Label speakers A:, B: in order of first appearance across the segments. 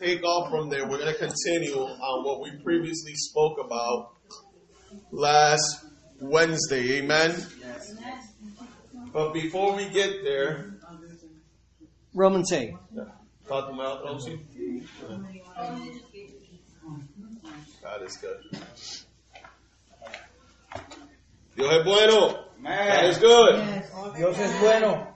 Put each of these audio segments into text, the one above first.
A: take off from there. We're going to continue on what we previously spoke about last Wednesday. Amen. But before we get there,
B: Romans 8.
A: Talk them out, don't you? God is good. Dios es bueno. God is good.
B: Dios es bueno.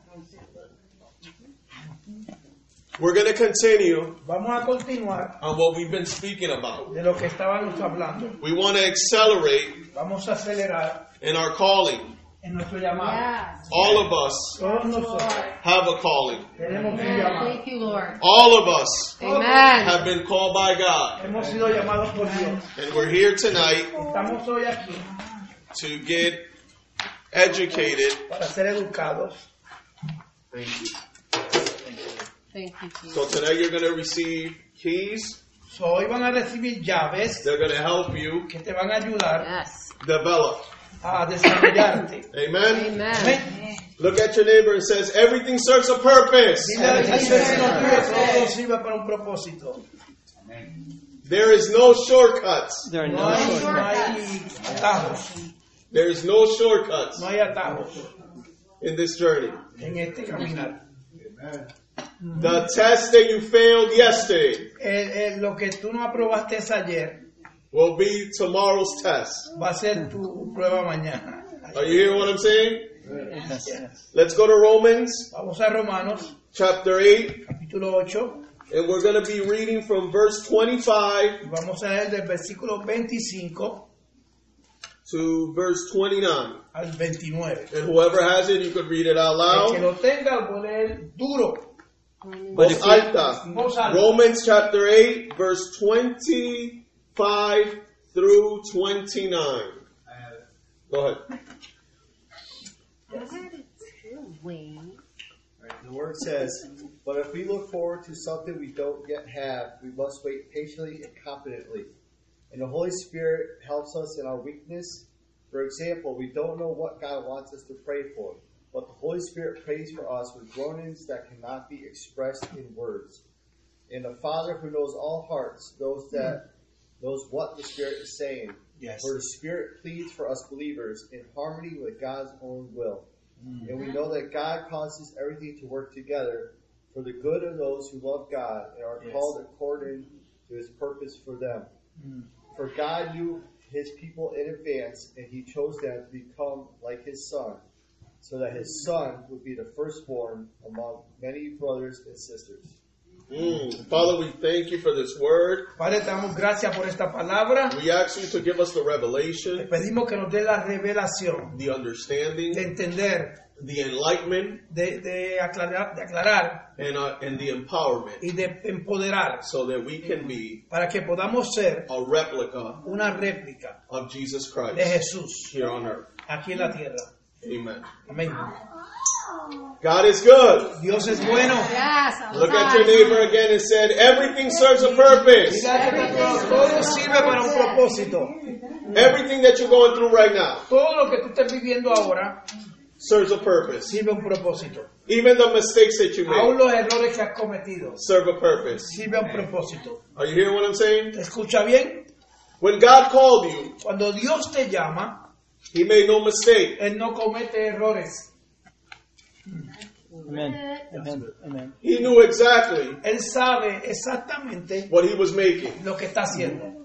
A: We're going to continue
B: Vamos a continuar
A: on what we've been speaking about.
B: de lo que estábamos hablando.
A: We want to accelerate
B: Vamos a acelerar
A: in our calling.
B: en nuestro llamado.
A: All of us
B: Todos nosotros
A: have a calling.
B: tenemos un llamado.
C: Thank you, Lord.
A: All of us
C: Amen.
A: have been called by God.
B: Hemos sido llamados por Dios.
A: And we're here tonight
B: Estamos hoy aquí
A: to get educated.
B: para ser educados.
A: Thank you.
C: Thank you, Jesus.
A: So today you're going to receive keys.
B: So, hoy van a recibir llaves
A: They're going to help you
B: que te van a ayudar
C: Yes.
A: develop.
B: a desarrollarte.
A: Amen.
C: Amen.
B: Amén.
A: Look at your neighbor and says, everything serves a purpose.
B: Dile al vecino tuyo, todo sirve para un propósito.
A: There is no shortcuts.
D: There are
B: No
D: no
B: hay,
D: shortcuts.
B: no hay atajos.
A: There is no shortcuts
B: No hay atajos
A: in this journey.
B: en este caminar.
A: The test that you failed yesterday
B: Eh, eh, lo que tú no aprobaste ayer
A: will be tomorrow's test.
B: va a ser tu prueba mañana.
A: Are you hearing what I'm saying?
D: Yes, yes.
A: Let's go to Romans
B: Vamos a Romanos,
A: chapter 8,
B: capítulo 8,
A: and we're going to be reading from verse 25
B: y vamos a leer del versículo 25
A: to verse 29.
B: al 29.
A: And whoever has it, you could read it out
B: El que
A: loud.
B: lo tenga, voy a leer duro.
D: But
A: Voz
D: if we,
A: alta.
B: Voz alta.
A: Romans chapter 8, verse 25 through 29. Go ahead.
E: Right, The word says, "But if we look forward to something we don't yet have, we must wait patiently and confidently." And the Holy Spirit helps us in our weakness. For example, we don't know what God wants us to pray for, but the Holy Spirit prays for us with groanings that cannot be expressed in words. And the Father who knows all hearts knows that knows what the Spirit is saying.
B: Yes.
E: For the Spirit pleads for us believers in harmony with God's own will.
B: Mm-hmm.
E: And we know that God causes everything to work together for the good of those who love God and are
B: Yes.
E: called according to his purpose for them. For God knew his people in advance, and he chose them to become like his son, so that his son would be the firstborn among many brothers and sisters.
A: Mm. Father, we thank you for this word.
B: Padre, te damos gracias por esta palabra.
A: We ask you to give us the
B: Te
A: revelation,
B: pedimos que nos dé la revelación
A: the understanding,
B: de entender,
A: the enlightenment,
B: de, de aclarar, de aclarar
A: and, uh, and the empowerment
B: y de empoderar
A: so that we can be
B: para que podamos ser
A: a replica
B: una réplica
A: of Jesus
B: de
A: Christ
B: Jesús
A: here on earth.
B: aquí en la tierra.
A: Amen.
B: Amén.
A: God is good.
B: Dios es bueno.
C: Yes.
A: Look at your neighbor again and said, everything serves a purpose.
B: Mira que todo- todo sirve para un propósito.
A: Everything that you're going through right now
B: Todo lo que tú estés viviendo ahora
A: serves a purpose.
B: sirve a un propósito.
A: Even the mistakes that you
B: Aún
A: made
B: los errores que has cometido
A: serve a purpose.
B: sirve a un propósito.
A: Are you hearing what I'm saying?
B: ¿Te escucha bien?
A: When God called you,
B: Cuando Dios te llama,
A: He made no mistake.
B: Él no comete errores.
D: Amen. Amen. Amen.
A: He knew exactly
B: Él sabe exactamente
A: what He was making.
B: lo que está haciendo.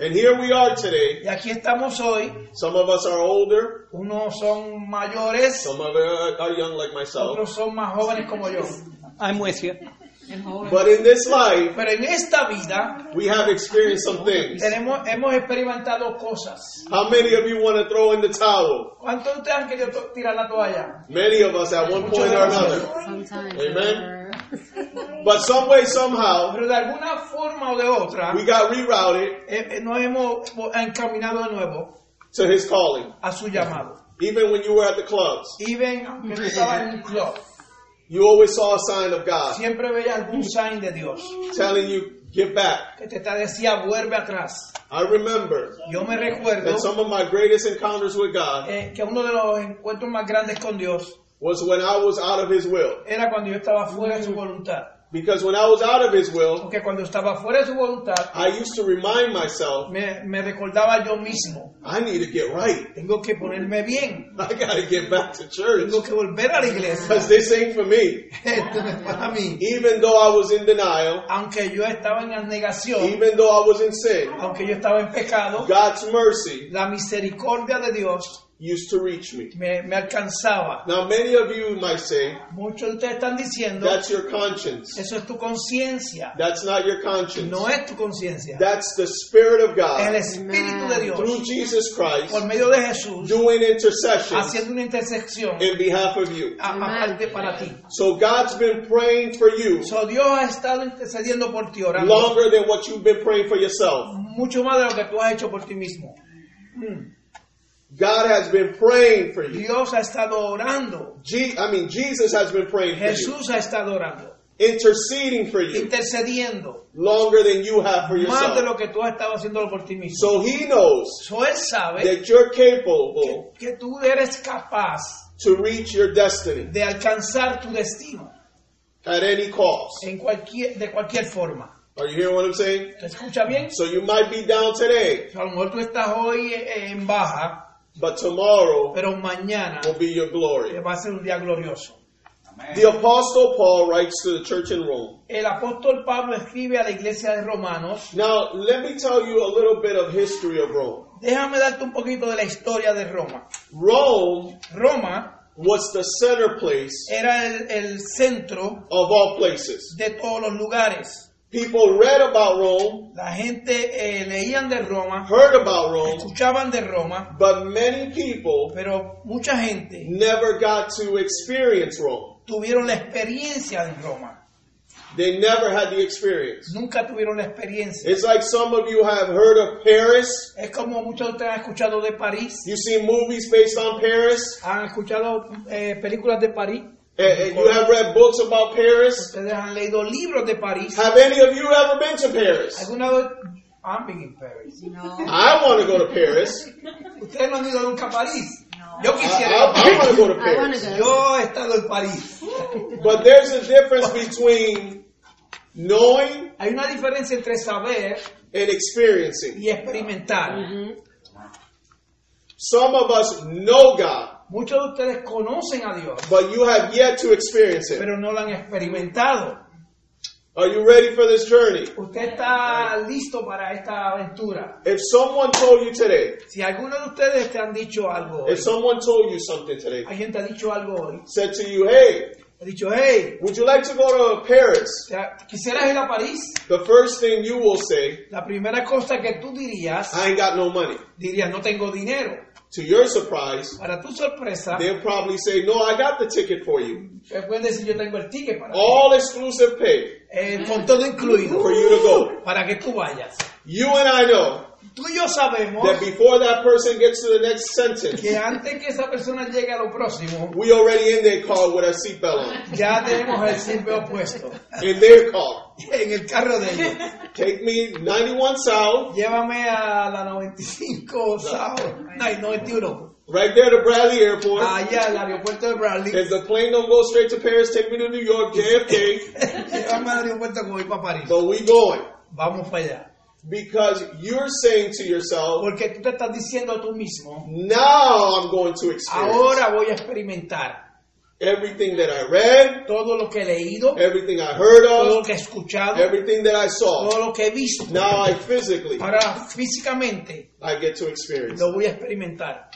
A: And here we are today.
B: Y aquí estamos hoy.
A: Some of us are older,
B: Unos son mayores,
A: some of us are young like myself.
B: otros son más jóvenes como yo.
D: I'm with you.
A: But in this life,
B: Pero en esta vida
A: we have experienced some things.
B: tenemos, hemos experimentado cosas.
A: How many of you want to throw in the towel?
B: ¿Cuántos de ustedes han querido to- tirar la toalla?
A: Many of us at one point or another.
C: Sometimes.
A: Amen. But some way, somehow,
B: Pero de alguna forma o de otra,
A: we got rerouted
B: eh, eh, nos hemos hemos encaminado de nuevo
A: to His calling.
B: a su llamado.
A: Even when you were at the clubs,
B: Y ven, aunque tú estabas en un club,
A: you always saw a sign of God
B: siempre veía algún sign de Dios
A: telling you, get back.
B: que te está- decía, vuelve atrás.
A: I remember
B: Yo me recuerdo
A: that some of my greatest encounters with God
B: eh, que uno de los encuentros más grandes con Dios
A: was when I was out of His will.
B: era cuando yo estaba fuera de su voluntad.
A: Because when I was out of His will,
B: Porque cuando estaba fuera de su voluntad,
A: I used to remind myself,
B: me, me recordaba yo mismo,
A: I need to get right.
B: tengo que ponerme bien,
A: I got to get back to church
B: tengo que volver a la iglesia.
A: because this ain't for me.
B: Esto no es para mí.
A: Even though I was in denial,
B: Aunque yo estaba en negación,
A: even though I was in sin,
B: aunque yo estaba en pecado,
A: God's mercy
B: la misericordia de Dios
A: used to reach me.
B: me, me alcanzaba.
A: Now, many of you might say,
B: Muchos de ustedes están diciendo,
A: that's your conscience.
B: eso es tu conciencia,
A: That's not your conscience.
B: no es tu conciencia,
A: That's the Spirit of
B: el
A: God
B: Espíritu de
A: through
B: Dios,
A: Jesus Christ
B: por medio de Jesús,
A: doing intercession
B: haciendo una intersección
A: in behalf of you.
B: a- aparte para ti.
A: So God's been praying for you
B: So, Dios ha estado intercediendo por ti, orando
A: longer than what you've been praying for yourself.
B: mucho más de lo que tú has hecho por ti mismo.
A: God has been praying for you.
B: Dios ha estado orando,
A: Je- I mean, Jesus has been praying for you,
B: Jesús ha estado orando,
A: interceding for you
B: intercediendo
A: longer than you have for
B: más de
A: yourself.
B: lo que tú has estado haciendo por ti mismo.
A: So He knows
B: So, Él sabe
A: that you're capable
B: que tú eres capaz
A: to reach your destiny
B: de alcanzar tu destino
A: at any cost.
B: en cualquier, de cualquier forma.
A: Are you hearing what I'm saying?
B: ¿Te escucha bien?
A: So you might be down today,
B: A lo mejor tú estás hoy eh, en baja,
A: but tomorrow
B: pero mañana
A: will be your glory.
B: va a ser un día glorioso.
A: The Apostle Paul writes to the church in Rome.
B: El apóstol Pablo escribe a la iglesia de Romanos.
A: Now, let me tell you a little bit of history of Rome.
B: Déjame darte un poquito de la historia de Roma.
A: Rome
B: Roma
A: was the center place
B: era el, el centro
A: of all places.
B: de todos los lugares.
A: People read about Rome,
B: La gente eh, leían de Roma,
A: heard about Rome,
B: escuchaban de Roma,
A: but many people
B: pero mucha gente
A: never got to experience Rome.
B: tuvieron la experiencia de Roma.
A: They never had the experience.
B: Nunca tuvieron la experiencia.
A: It's like some of you have heard of Paris.
B: Es como muchos de ustedes han escuchado de París,
A: You see movies based on Paris,
B: han escuchado eh, películas de París,
A: and, and you have read books about Paris.
B: ustedes han leído libros de París.
A: Have any of you ever been to Paris?
B: ¿Alguna vez han been in Paris?
C: No.
A: I want to go to Paris.
B: Ustedes no han ido nunca a París.
C: No.
B: Yo
A: I,
B: quisiera ir a París.
A: want to go to
C: I want
A: Paris.
C: to go.
B: Yo he estado en París.
A: But there's a difference between knowing
B: Hay una diferencia entre saber
A: and experiencing.
B: y experimentar.
C: Mhm.
A: Some of us know God,
B: Muchos de ustedes conocen a Dios,
A: but you have yet to experience it.
B: pero no lo han experimentado.
A: Are you ready for this journey?
B: Usted está listo para esta aventura.
A: If someone told you today,
B: Si alguno de ustedes te han dicho algo hoy,
A: if someone told you something today,
B: alguien te ha dicho algo hoy,
A: said to you, hey,
B: ha dicho, hey,
A: would you like to go to Paris?
B: quisieras ir a París,
A: The first thing you will say,
B: la primera cosa que tú dirías,
A: I ain't got no money.
B: dirías, no tengo dinero.
A: To your surprise,
B: Para tu sorpresa,
A: they'll probably say, no, I got the ticket for you.
B: te pueden decir, yo tengo el ticket para ti.
A: All exclusive pay
B: Eh, con todo incluido,
A: for you to go.
B: para que tú vayas.
A: You and I know
B: Tú y yo sabemos
A: that before that person gets to the next sentence,
B: que antes que esa persona llegue a lo próximo,
A: we already in their car with our seatbelt on.
B: ya tenemos el silvio puesto
A: In their car.
B: en el carro de ellos.
A: Take me 91 South,
B: Llévame a la 95 South, no, 91,
A: right there to Bradley Airport.
B: allá al aeropuerto de Bradley.
A: If the plane don't go straight to Paris, take me to New York, JFK.
B: Llévame al aeropuerto que voy para París.
A: But we going.
B: Vamos para allá.
A: Because you're saying to yourself,
B: Porque tú te estás diciendo tú mismo,
A: now I'm going to experience
B: ahora voy a experimentar
A: everything that I read,
B: todo lo que he leído,
A: everything I heard
B: todo lo
A: of,
B: que he escuchado,
A: everything that I saw.
B: todo lo que he visto.
A: Now I physically,
B: Ahora físicamente
A: I get to experience.
B: lo voy a experimentar.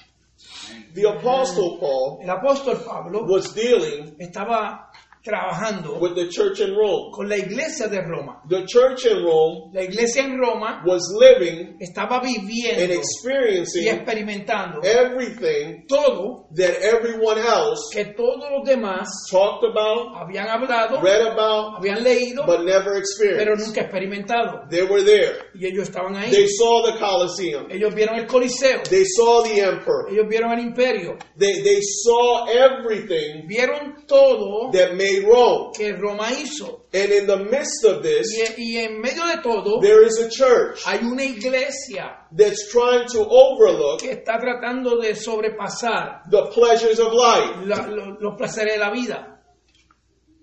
A: The Apostle Paul
B: El apóstol Pablo
A: was dealing
B: estaba trabajando
A: with the church in Rome.
B: con la iglesia de Roma.
A: The church in Rome
B: La iglesia en Roma
A: was living
B: estaba
A: and
B: viviendo y
A: experiencing
B: experimentando
A: everything
B: todo
A: that everyone else
B: que todos los demás
A: talked about,
B: habían hablado,
A: read about,
B: habían leído,
A: but never
B: pero
A: experienced.
B: nunca experimentado.
A: They were there.
B: Y ellos estaban
A: They
B: ahí.
A: saw the Colosseum.
B: Ellos vieron el Coliseo,
A: They saw the emperor.
B: ellos vieron el imperio,
A: They, they saw everything
B: vieron todo
A: that made Rome.
B: que Roma hizo.
A: And in the midst of this,
B: Y, y en medio de todo
A: there is a church
B: hay una iglesia
A: that's trying to overlook
B: que está tratando de sobrepasar
A: the pleasures of life.
B: la- lo- los placeres de la vida.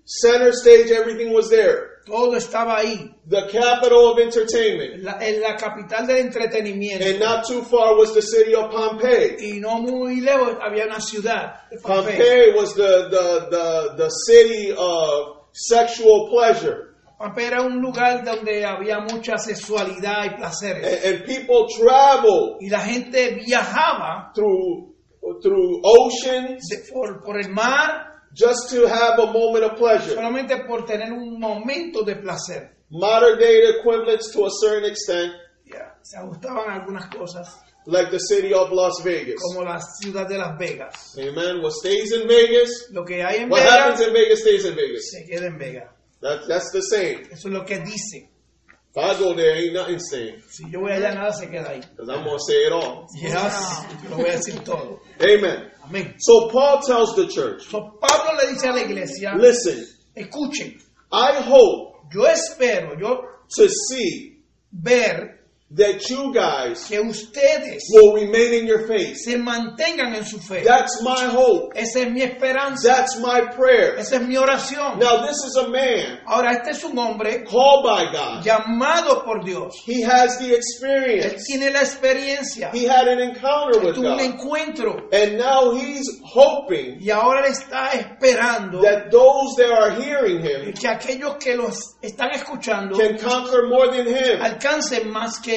A: Center stage, everything was there.
B: Todo estaba ahí.
A: the capital of entertainment.
B: La- en la capital del entretenimiento.
A: And not too far was the city of Pompeii.
B: y no muy lejos había una ciudad. Pompeya.
A: Pompeii was the, the, the, the city of sexual pleasure.
B: Pompeya era un lugar donde había mucha sexualidad y placeres.
A: And, and people traveled
B: Y la gente viajaba
A: through, through oceans
B: de- por, por el mar
A: just to have a moment of pleasure.
B: solamente por tener un momento de placer.
A: Modern day equivalents to a certain extent,
B: Ya, Se ajustaban algunas cosas,
A: like the city of Las Vegas.
B: como la ciudad de Las Vegas.
A: Amen. What stays in Vegas,
B: Lo que hay en
A: what happens
B: Vegas
A: in Vegas stays in Vegas.
B: se queda en Vegas.
A: That, that's the same.
B: Eso es lo que dicen.
A: If I go there, ain't nothing staying.
B: Si yo voy allá, nada se queda ahí.
A: Because I'm going to say it all.
B: Yes, lo voy a decir todo.
A: Amen.
B: Amén.
A: So Paul tells the church,
B: So, Pablo le dice a la iglesia,
A: listen,
B: escuchen,
A: I hope
B: yo espero, yo
A: to see
B: ver
A: that you guys
B: que ustedes
A: will remain in your faith.
B: se mantengan en su fe.
A: That's my hope.
B: Esa es mi esperanza,
A: That's my prayer.
B: esa es mi oración.
A: Now, this is a man
B: Ahora, este es un hombre
A: called by God.
B: llamado por Dios.
A: He has the
B: Él
A: experience.
B: tiene la experiencia,
A: He had an encounter
B: él
A: with
B: tuvo un
A: God.
B: encuentro
A: And now he's hoping
B: y ahora le está esperando
A: that those that are hearing him
B: que aquellos que los están escuchando
A: can conquer more than him.
B: alcancen más que él.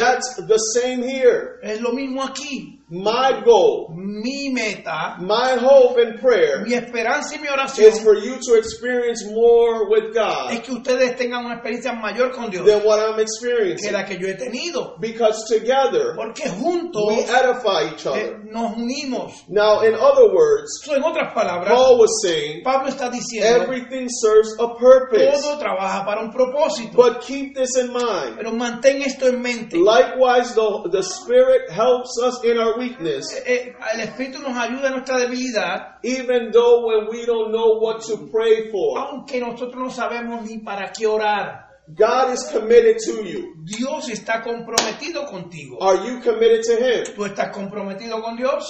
A: That's the same here.
B: Es lo mismo aquí.
A: My goal,
B: Mi meta,
A: my hope and prayer
B: mi esperanza y mi oración
A: is for you to experience more with
B: es
A: God
B: que ustedes tengan una experiencia mayor con Dios
A: than what I'm
B: que
A: experiencing.
B: la que yo he tenido.
A: Because together,
B: Porque
A: we
B: juntos
A: edify each
B: eh,
A: other.
B: nos unimos.
A: Now, in other words,
B: So, en otras palabras,
A: Paul was saying,
B: Pablo está diciendo,
A: everything serves a purpose.
B: todo trabaja para un propósito.
A: But keep this in mind.
B: pero mantén esto en mente.
A: Likewise, the, the Spirit helps us in our weakness.
B: Eh, el Espíritu nos ayuda en nuestra debilidad,
A: even though when we don't know what to pray for,
B: aunque nosotros no sabemos ni para qué orar.
A: God is committed to you.
B: Dios está comprometido contigo.
A: Are you committed to Him?
B: ¿Tú estás comprometido con Dios?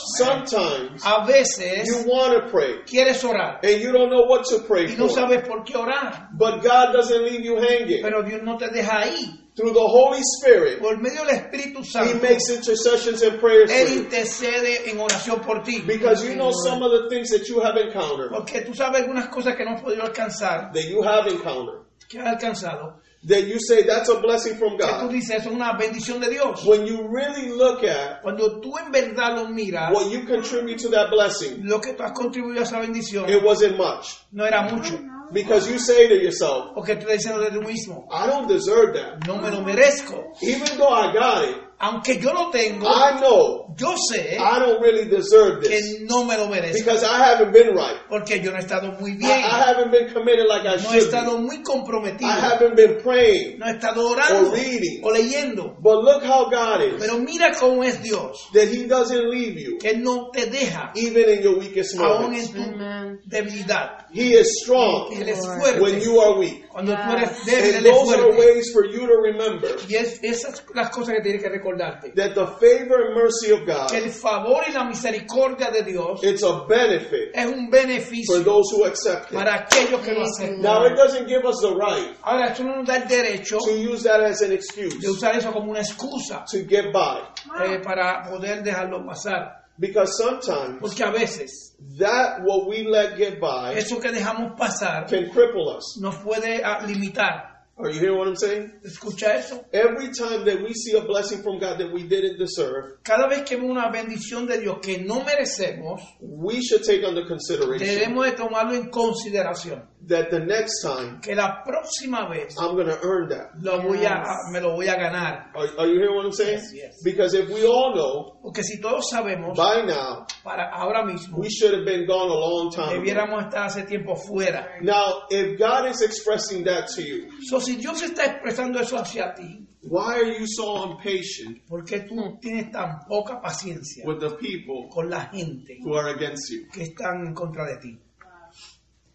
A: Sometimes
B: A
A: you
B: veces
A: want to pray
B: quieres orar
A: and you don't know what to pray
B: y no
A: for,
B: sabes por qué orar,
A: but God doesn't leave you hanging.
B: pero Dios no te deja ahí.
A: Through the Holy Spirit,
B: por medio del Espíritu
A: He
B: Santo,
A: makes intercessions and prayers for
B: Él
A: you
B: intercede en oración por ti.
A: because you know some of the things that you have encountered,
B: Porque tú sabes algunas cosas que no has podido alcanzar,
A: that you have encountered,
B: que has alcanzado,
A: that you say that's a blessing from
B: que tú
A: God.
B: dices, eso es una bendición de Dios.
A: When you really look at
B: Cuando tú en verdad lo miras,
A: what you contribute to that blessing,
B: lo que tú has contribuido a esa bendición
A: it wasn't much
B: no era mucho.
A: because you say to yourself,
B: Porque tú dices de ti mismo,
A: I don't deserve that.
B: no me lo merezco.
A: Even though I got it,
B: Aunque yo lo tengo,
A: I know
B: yo sé
A: I don't really deserve this
B: que no me lo merezco.
A: because I haven't been right.
B: Porque yo no he estado muy
A: I,
B: bien,
A: I haven't been committed like I
B: no he
A: should.
B: estado
A: Be.
B: muy comprometido,
A: I haven't been praying.
B: no he estado orando
A: Or reading.
B: o leyendo.
A: But look how God is
B: Pero mira cómo es Dios,
A: that He doesn't leave you,
B: que Él no te deja
A: even in your weakest
B: aún
A: moments.
B: en tu
C: Amen.
B: debilidad.
A: He is
B: Él
A: strong
B: es
A: when
B: fuerte.
A: you are weak.
B: Cuando tú eres débil,
A: And
B: Él es
A: those are
B: fuerte.
A: ways for you to remember
B: Y es, esas son las cosas que tienes que recordarte.
A: that the favor and mercy of God
B: Que el favor y la misericordia de Dios
A: it's a benefit
B: es
A: for
B: un beneficio
A: those who accept it.
B: para aquellos que lo aceptan.
A: Now it doesn't give us the right
B: Ahora, esto no nos da el derecho
A: to use that as an
B: de
A: excuse
B: usar eso como una excusa
A: to get by.
B: eh, para poder dejarlo pasar.
A: Because sometimes
B: Porque a veces
A: that what we let get by
B: eso que dejamos pasar
A: can cripple us.
B: nos puede ah, limitar.
A: Are you hearing what I'm saying?
B: ¿Escucha eso?
A: Every time that we see a blessing from God that we didn't deserve,
B: Cada vez que vemos una bendición de Dios que no merecemos,
A: we should take under consideration
B: debemos de tomarlo en consideración.
A: that the next time
B: Que la próxima vez
A: I'm going to earn that.
B: lo voy a, me lo voy a ganar.
A: Are, are you hearing what I'm saying?
B: Yes, yes.
A: Because if we all know
B: Porque si todos sabemos,
A: by now,
B: para ahora mismo,
A: we should have been gone a long time. ago.
B: debiéramos estar hace tiempo fuera.
A: Now, if God is expressing that to you,
B: So, si Dios está expresando eso hacia ti,
A: why are you so impatient
B: ¿por qué tú tienes tan poca paciencia
A: with the people
B: con la gente
A: who are against you?
B: que están en contra de ti?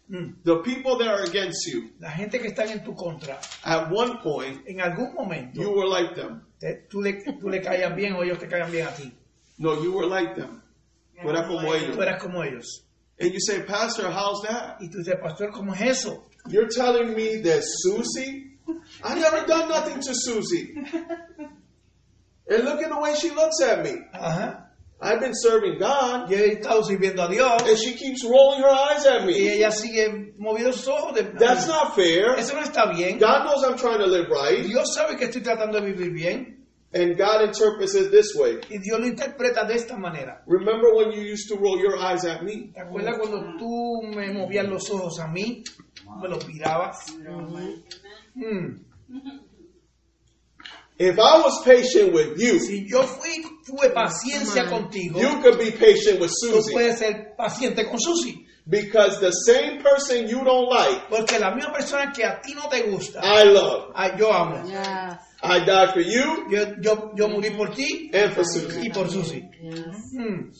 B: Mm.
A: The people that are against you,
B: La gente que están en tu contra,
A: at one point,
B: en algún momento,
A: you were like them.
B: te- tú, le, tú le caías bien o ellos te caían bien a ti.
A: No, you were like them. Tú eras como
B: Tú
A: ellos.
B: eras como ellos.
A: And you say, Pastor, how's that?
B: Y tú dices, pastor, ¿cómo es eso?
A: You're telling me that Susie? I never done nothing to Susie. And look at the way she looks at me.
B: Ajá.
A: I've been serving God,
B: Yo he estado sirviendo a Dios
A: and she keeps rolling her eyes at
B: y
A: me.
B: ella sigue moviendo sus ojos. De...
A: That's not fair.
B: Eso no está bien.
A: God knows I'm trying to live right,
B: Dios sabe que estoy tratando de vivir bien
A: and God interprets it this way.
B: y Dios lo interpreta de esta manera.
A: Remember when you used to roll your eyes at me?
B: ¿Te acuerdas cuando tú me movías los ojos a mí? Me los mirabas. Mm.
A: If I was patient with you,
B: Si yo fui, tuve paciencia contigo,
A: you could be patient with
B: tú
A: Susie.
B: puedes ser paciente con Susi.
A: Because the same person you don't like,
B: Porque la misma persona que a ti no te gusta,
A: I love.
B: ah, yo amo.
C: Yes.
A: I died for you
B: Yo, yo, yo morí por ti
A: and for Susie.
B: y por Susi.
C: Yes.
B: Mm.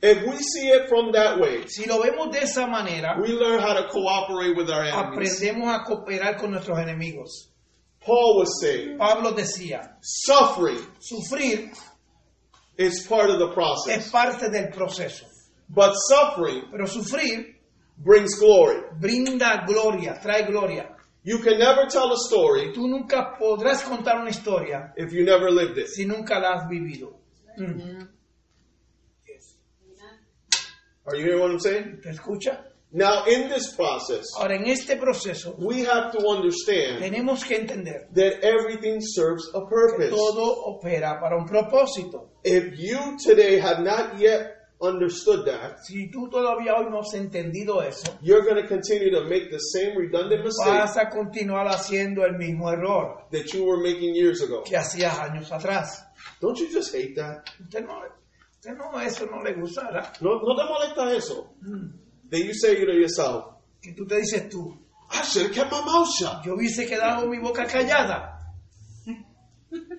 A: If we see it from that way,
B: Si lo vemos de esa manera,
A: we learn how to cooperate with our enemies.
B: aprendemos a cooperar con nuestros enemigos.
A: Paul was saying,
B: Pablo decía,
A: suffering
B: sufrir
A: is part of the
B: es
A: process,
B: parte del proceso,
A: but suffering
B: pero sufrir
A: brings glory.
B: brinda gloria, trae gloria.
A: You can never tell a story
B: Tú nunca podrás contar una historia
A: if you never lived it.
B: si nunca la has vivido. Mm.
A: Are you hearing what I'm saying?
B: ¿Te escucha?
A: Now, in this process,
B: Ahora, en este proceso,
A: we have to understand
B: tenemos que entender
A: that everything serves a
B: que
A: purpose.
B: todo opera para un propósito.
A: If you today have not yet understood that,
B: Si tú todavía hoy no has entendido eso,
A: you're going to continue to make the same redundant mistake
B: vas a continuar haciendo el mismo error
A: that you were making years ago.
B: que hacías años atrás.
A: Don't you just hate that?
B: Usted no, usted no eso no le gusta, ¿verdad?
A: No, no te molesta eso. Then you say to yourself,
B: Que tú te dices tú,
A: I should have kept my mouth shut.
B: yo hubiese quedado mi boca callada.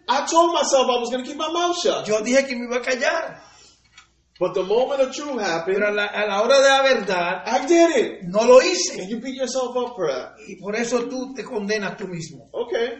A: I told myself I was going to keep my mouth shut.
B: Yo dije que me iba a callar.
A: But the moment of truth
B: Pero a
A: happened,
B: la, a la hora de la verdad,
A: I did
B: no lo
A: it. And
B: hice.
A: you beat yourself up for that.
B: Y por eso tú te condenas tú mismo.
A: Okay,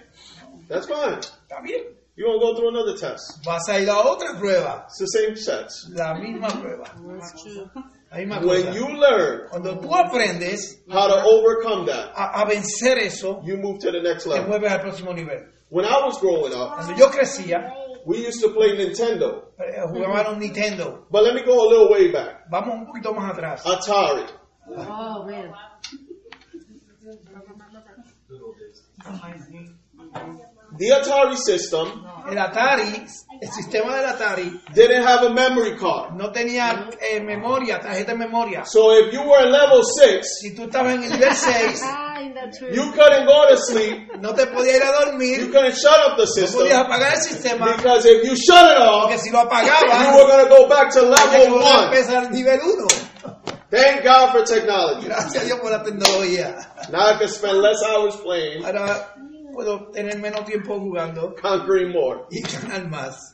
A: that's fine.
B: Está bien.
A: You're going to go through another test.
B: Vas a ir a otra prueba.
A: It's the same test.
B: La misma prueba.
C: That's true.
B: La misma
A: When
B: cosa.
A: you learn
B: Cuando tú aprendes
A: how to overcome that,
B: a, a vencer eso,
A: you move to the next
B: te
A: level.
B: mueves al próximo nivel.
A: When I was growing up,
B: Cuando yo crecía,
A: we used to play Nintendo.
B: eh, jugaban un Nintendo.
A: But let me go a little way back.
B: Vamos un poquito más atrás.
A: Atari.
C: Oh man.
A: The Atari system
B: El Atari, el sistema del Atari,
A: didn't have a memory card.
B: no tenía eh, memoria, tarjeta de memoria.
A: So if you were in level 6,
B: Si tú estabas en el nivel 6,
C: Ah, in the truth.
A: you couldn't go to sleep.
B: no te podías ir a
A: You
B: dormir,
A: couldn't shut up the
B: no podías
A: system.
B: apagar el sistema,
A: Because if you shut it
B: porque
A: off,
B: si lo
A: you were
B: apagabas,
A: going to go back to
B: tenías que
A: level
B: volver a
A: 1.
B: empezar el nivel 1.
A: Thank God for technology.
B: Gracias a Dios por la tecnología.
A: Now I can spend less hours playing,
B: Ahora puedo tener menos tiempo jugando
A: conquering more.
B: y ganar más.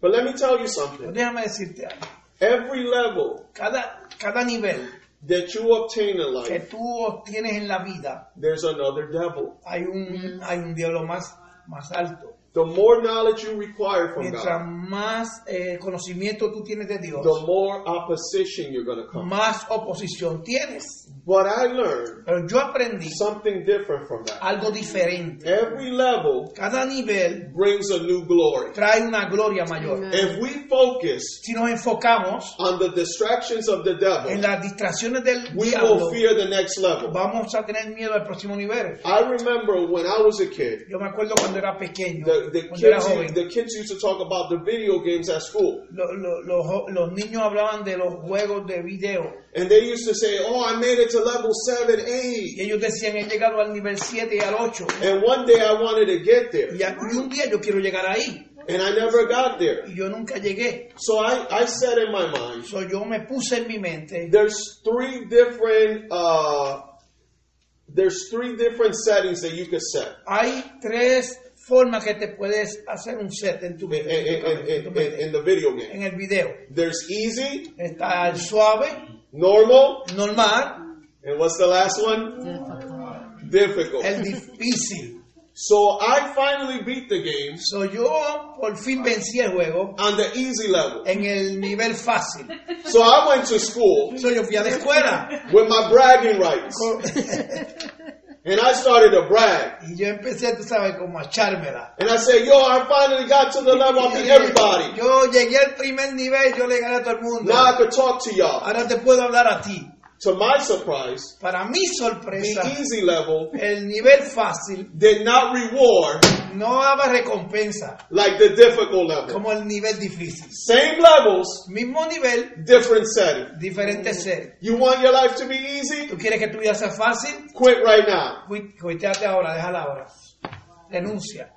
A: But let me tell you
B: Pero
A: something.
B: déjame decirte algo.
A: Every level
B: Cada, cada nivel
A: that you obtain in
B: que
A: life,
B: tú obtienes en la vida,
A: there's another devil.
B: hay un, hay un diablo más, más alto.
A: The more knowledge you require from
B: Mientras
A: God,
B: más eh, conocimiento tú tienes de Dios,
A: the more opposition you're going to come.
B: más oposición tienes.
A: But I learned
B: Pero yo aprendí
A: something different from that.
B: algo diferente.
A: Every level
B: Cada nivel
A: brings a new glory.
B: trae una gloria mayor.
A: If we focus
B: Si nos enfocamos
A: on the distractions of the
B: en
A: devil,
B: las distracciones del
A: we will
B: diablo,
A: fear the next level.
B: vamos a tener miedo al próximo nivel.
A: I remember when I was a kid,
B: Yo me acuerdo cuando era pequeño,
A: the, the,
B: cuando era
A: kids,
B: joven,
A: the kids used to talk about the video games at school.
B: lo- lo- los jo- los niños hablaban de los juegos de video.
A: And they used to say, Oh, I made it to level 7,
B: Y
A: 8.
B: ellos decían, he llegado al nivel 7 y al 8.
A: And one day I wanted to get there.
B: Y a- y un día yo quiero llegar ahí.
A: And I never got there.
B: Y yo nunca llegué.
A: So I, I said in my mind,
B: So yo me puse en mi mente,
A: there's three different uh, there's three different settings that you could set
B: hay tres formas que te puedes hacer un set en tu
A: in, in, in-
B: en
A: in-
B: tu
A: in- in
B: mente.
A: the video game.
B: En el video.
A: There's easy,
B: Está el suave,
A: normal,
B: normal,
A: and what's the last one?
C: Difficult.
A: Difficult.
B: el difícil.
A: So I finally beat the game
B: So yo por fin vencí el juego
A: on the easy level.
B: en el nivel fácil.
A: So I went to school
B: So yo fui a la escuela
A: with my bragging rights.
B: con-
A: And I started to brag.
B: y yo empecé, tú sabes, como a echármela.
A: And I said, yo, I finally got to the level I beat everybody.
B: Yo llegué al primer nivel, yo le gané a todo el mundo.
A: Now I could talk to y'all.
B: Ahora te puedo hablar a ti.
A: To my surprise,
B: Para mi sorpresa,
A: the easy level
B: el nivel fácil
A: did not reward
B: no daba recompensa
A: like the difficult level.
B: como el nivel difícil.
A: Same levels,
B: Mismo nivel,
A: different setting.
B: diferente ser.
A: You want your life to be easy?
B: ¿Tú quieres que tu vida sea fácil?
A: Quit right now.
B: Cuit- Cuiteate ahora, déjala ahora. Renuncia.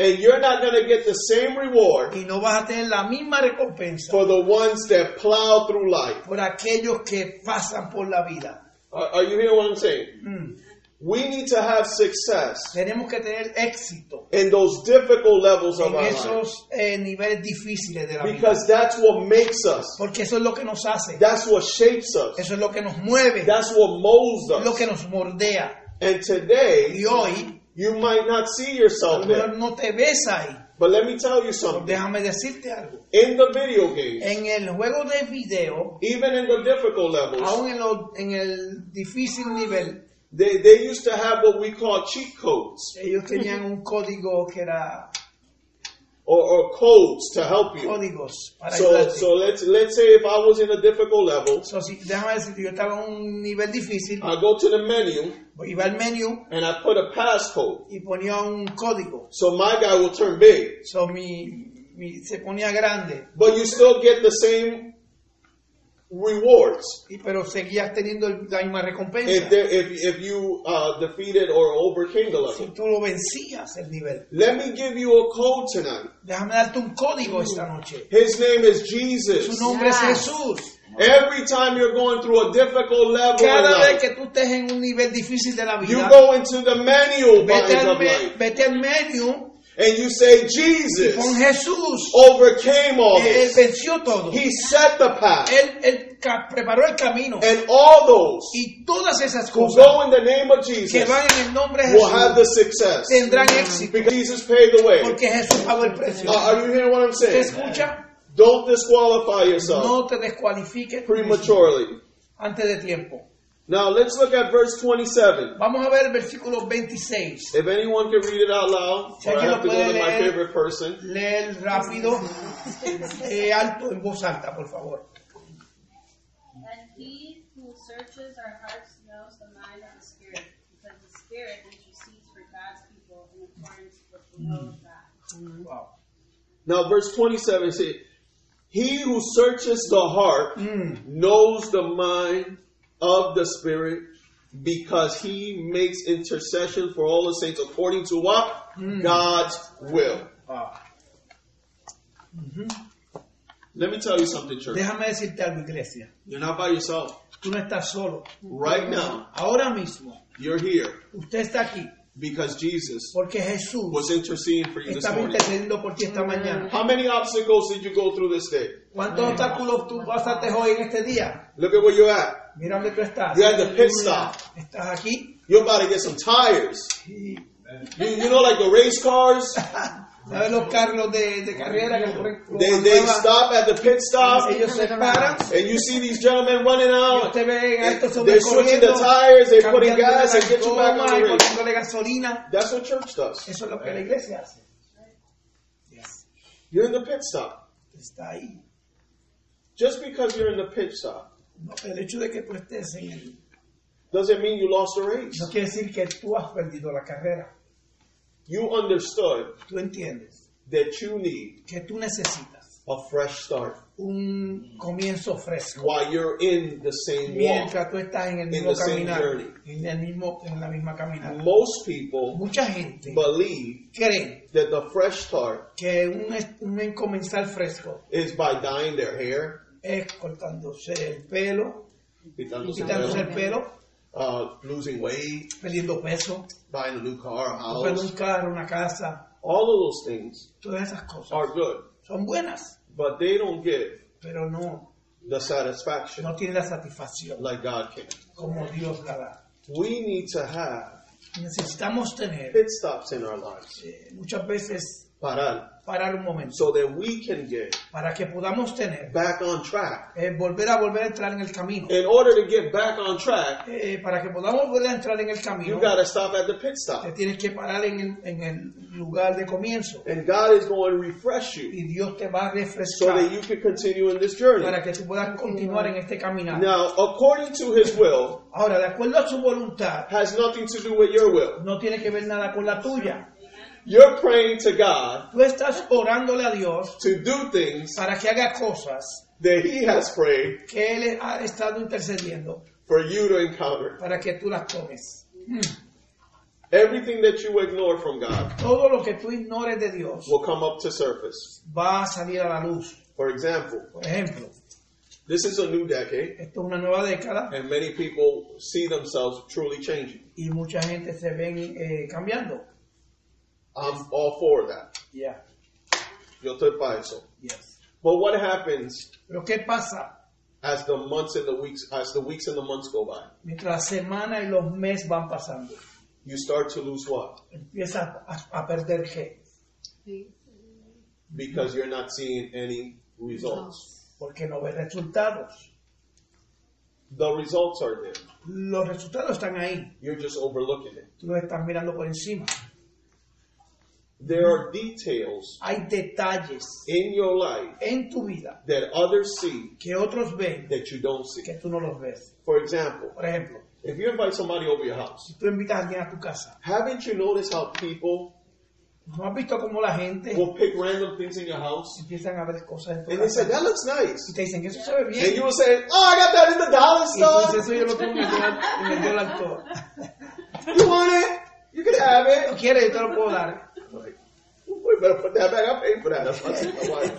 A: And you're not going to get the same reward
B: Y no vas a tener la misma recompensa
A: for the ones that plow through life.
B: por aquellos que pasan por la vida.
A: Are, are you hearing what I'm saying?
B: Mm.
A: We need to have success
B: Tenemos que tener éxito
A: in those difficult levels of
B: en
A: our life
B: esos eh, niveles difíciles de la vida.
A: because that's what makes us.
B: Porque eso es lo que nos hace.
A: That's what shapes us.
B: Eso es lo que nos mueve.
A: That's what molds
B: Es lo que
A: us.
B: nos mordea.
A: And today,
B: Y hoy,
A: you might not see
B: a
A: yourself
B: lo
A: there.
B: mejor no te ves ahí.
A: But let me tell you
B: Pero
A: something.
B: déjame decirte algo.
A: In the video game,
B: En el juego de video,
A: even in the difficult levels,
B: aún en, lo- en el difícil nivel,
A: they, they used to have what we call cheat codes.
B: ellos tenían un código que era
A: or, or codes to help you.
B: códigos para
A: So,
B: ayudarte.
A: so let's let's say if I was in a difficult level,
B: So, si, déjame decirte, yo estaba en un nivel difícil,
A: I go to the menu
B: iba al menú
A: and I put a passcode.
B: y ponía un código.
A: So my guy will turn big,
B: So, mi, mi- se ponía grande,
A: but you still get the same rewards
B: y, pero seguías teniendo el- la misma recompensa.
A: if there, if if you uh, defeated or overcame the
B: Si
A: level.
B: tú lo vencías el nivel.
A: Let me give you a code tonight.
B: Déjame darte un código esta noche.
A: His name is
B: Su
A: Jesus.
B: nombre es
C: Yes.
B: Jesús.
A: Every time you're going through a difficult level, in
B: Cada vez
A: life,
B: que tú estés en un nivel difícil de la
A: you
B: vida,
A: go into the menu
B: vete
A: button
B: al,
A: of
B: me-
A: life
B: vete al menú
A: and you say,
B: y
A: Jesus
B: pon Jesús.
A: overcame all
B: Él
A: this.
B: venció todo.
A: Oh, He set the path.
B: Él, él ca- preparó el camino.
A: And all those
B: Y todas esas
A: Eh, who
B: cosas
A: go in the name of
B: que
A: Jesus
B: van en el nombre de
A: will have
B: Jesús
A: the success.
B: tendrán éxito.
A: Because Jesus paid the way.
B: Porque Jesús pagó el precio.
A: Are- are you hearing what I'm
B: ¿Te
A: saying?
B: escucha?
A: Don't disqualify yourself
B: No te descualifiques
A: prematurely.
B: antes de tiempo.
A: Now let's look at verse 27.
B: Vamos a ver el versículo 26.
A: If anyone can read it out loud,
B: Si
A: or I
B: alguien
A: have to
B: lo
A: go
B: puede
A: to my
B: leer.
A: favorite person.
B: Leer rápido, eh, alto, en voz alta, por favor.
F: And he who searches our hearts knows the mind of the Spirit, because the Spirit intercedes for God's people in accordance with the will of God.
B: Wow.
A: Now verse 27 says, He who searches the heart knows the mind of the Spirit because he makes intercession for all the saints according to what? God's will.
B: Wow.
A: Let me tell you something, church.
B: Déjame decirte algo, iglesia.
A: You're not by yourself.
B: Tú no estás solo.
A: Right now,
B: Ahora mismo,
A: you're here
B: usted está aquí
A: because Jesus
B: porque Jesús
A: was interceding for you this
B: está
A: morning.
B: intercediendo por ti esta mañana.
A: How many obstacles did you go through this day?
B: ¿Cuántos obstáculos tú pasaste hoy en este día?
A: Look at where you're at.
B: Mira dónde tú estás.
A: You're at the pit stop.
B: Estás aquí.
A: You're about to get some tires.
B: y
A: You, you know, like the race cars?
B: ¿Sabes los carros de, de carrera que corren?
A: They, they stop at the pit stop,
B: Ellos se paran.
A: and you see these gentlemen running
B: y
A: out.
B: Usted ve a estos
A: They're switching the tires, they're putting
B: cambiándole
A: gas,
B: la
A: and get you back
B: goma
A: on
B: y
A: the race.
B: poniéndole gasolina.
A: That's what church does.
B: Eso es lo que la iglesia hace.
A: You're in the pit stop.
B: Está ahí.
A: Just because you're in the pit stop
B: No, el hecho de que tú estés en el
A: doesn't mean you lost the race.
B: No quiere decir que tú has perdido la carrera.
A: You understood
B: Tú entiendes
A: that you need
B: que tú necesitas
A: a fresh start
B: un comienzo fresco
A: while you're in the same walk.
B: mientras tú estás en el
A: In
B: mismo
A: the same
B: caminar,
A: journey.
B: en, el mismo, en la misma caminata.
A: Most people
B: Mucha gente
A: believe
B: cree
A: that the fresh start
B: que un, es- un comenzar fresco
A: is by dyeing their hair,
B: es cortándose el pelo,
A: quitándose
B: quitándose el
A: el pelo,
B: pelo,
A: uh, losing weight,
B: perdiendo peso,
A: buying a new car, a
B: comprando
A: house.
B: un carro, una casa,
A: All of those things
B: todas esas cosas
A: are good,
B: son buenas,
A: but they don't give
B: pero no,
A: the satisfaction
B: no tienen la satisfacción
A: like God can.
B: como Dios la da.
A: We need to have
B: Necesitamos tener
A: pit stops in our lives.
B: eh, muchas veces
A: Parar.
B: parar un momento
A: So that we can get
B: para que podamos tener,
A: back on track.
B: eh, volver a volver a entrar en el camino.
A: In order to get back on track,
B: Eh, para que podamos volver a entrar en el camino,
A: you gotta stop at the pit
B: te
A: stop.
B: tienes que parar en el, en el lugar de comienzo
A: And God is going to refresh you
B: y Dios te va a
A: so that
B: refrescar
A: you can continue in this journey.
B: para que tú puedas continuar en este caminar.
A: Now, according to his will
B: Ahora, de acuerdo a su voluntad,
A: has nothing to do with your will.
B: no tiene que ver nada con la tuya.
A: You're praying to God
B: Tú estás orándole a Dios
A: to do things
B: para que haga cosas
A: that he has prayed
B: que Él ha estado intercediendo
A: for you to encounter.
B: para que tú las tomes.
A: Everything that you ignore from God
B: Todo lo que tú ignores de Dios
A: will come up to surface.
B: va a salir a la luz.
A: For example,
B: Por ejemplo,
A: this is a new decade,
B: esto es una nueva década
A: and many people see themselves truly changing.
B: y mucha gente se ven eh, cambiando.
A: I'm all for that.
B: Yeah,
A: Yo estoy pa' eso.
B: yes.
A: But what happens
B: Pero ¿qué pasa
A: as the months and the weeks, as the weeks and the months go by?
B: mientras las semanas y los meses van pasando?
A: You start to lose what?
B: Empiezas a, a perder qué?
A: Because you're not seeing any results.
B: Porque no ves resultados.
A: The results are there.
B: Los resultados están ahí.
A: You're just overlooking it.
B: Tú los estás mirando por encima.
A: There are details
B: Hay detalles
A: in your life
B: en tu vida
A: that others see
B: que otros ven
A: that you don't see.
B: que tú no los ves.
A: For example,
B: Por ejemplo,
A: if you invite somebody over your house,
B: si tú invitas a alguien a tu casa,
A: haven't you noticed how people
B: ¿no has visto cómo la gente
A: will pick random things in your house
B: empiezan a ver cosas en tu
A: and they say,
B: casa?
A: that looks
B: Y
A: nice?
B: te dicen, eso se ve
A: And
B: bien.
A: you will say, oh, I got that in the dollar
B: Y tú dices,
A: store.
B: eso yo lo tengo en el dólar- en el dólar todo.
A: You want it? You can have
B: Lo
A: it.
B: quieres, yo te lo puedo dar.
A: Like, we better put that back. I paid for that. That's my sister wife.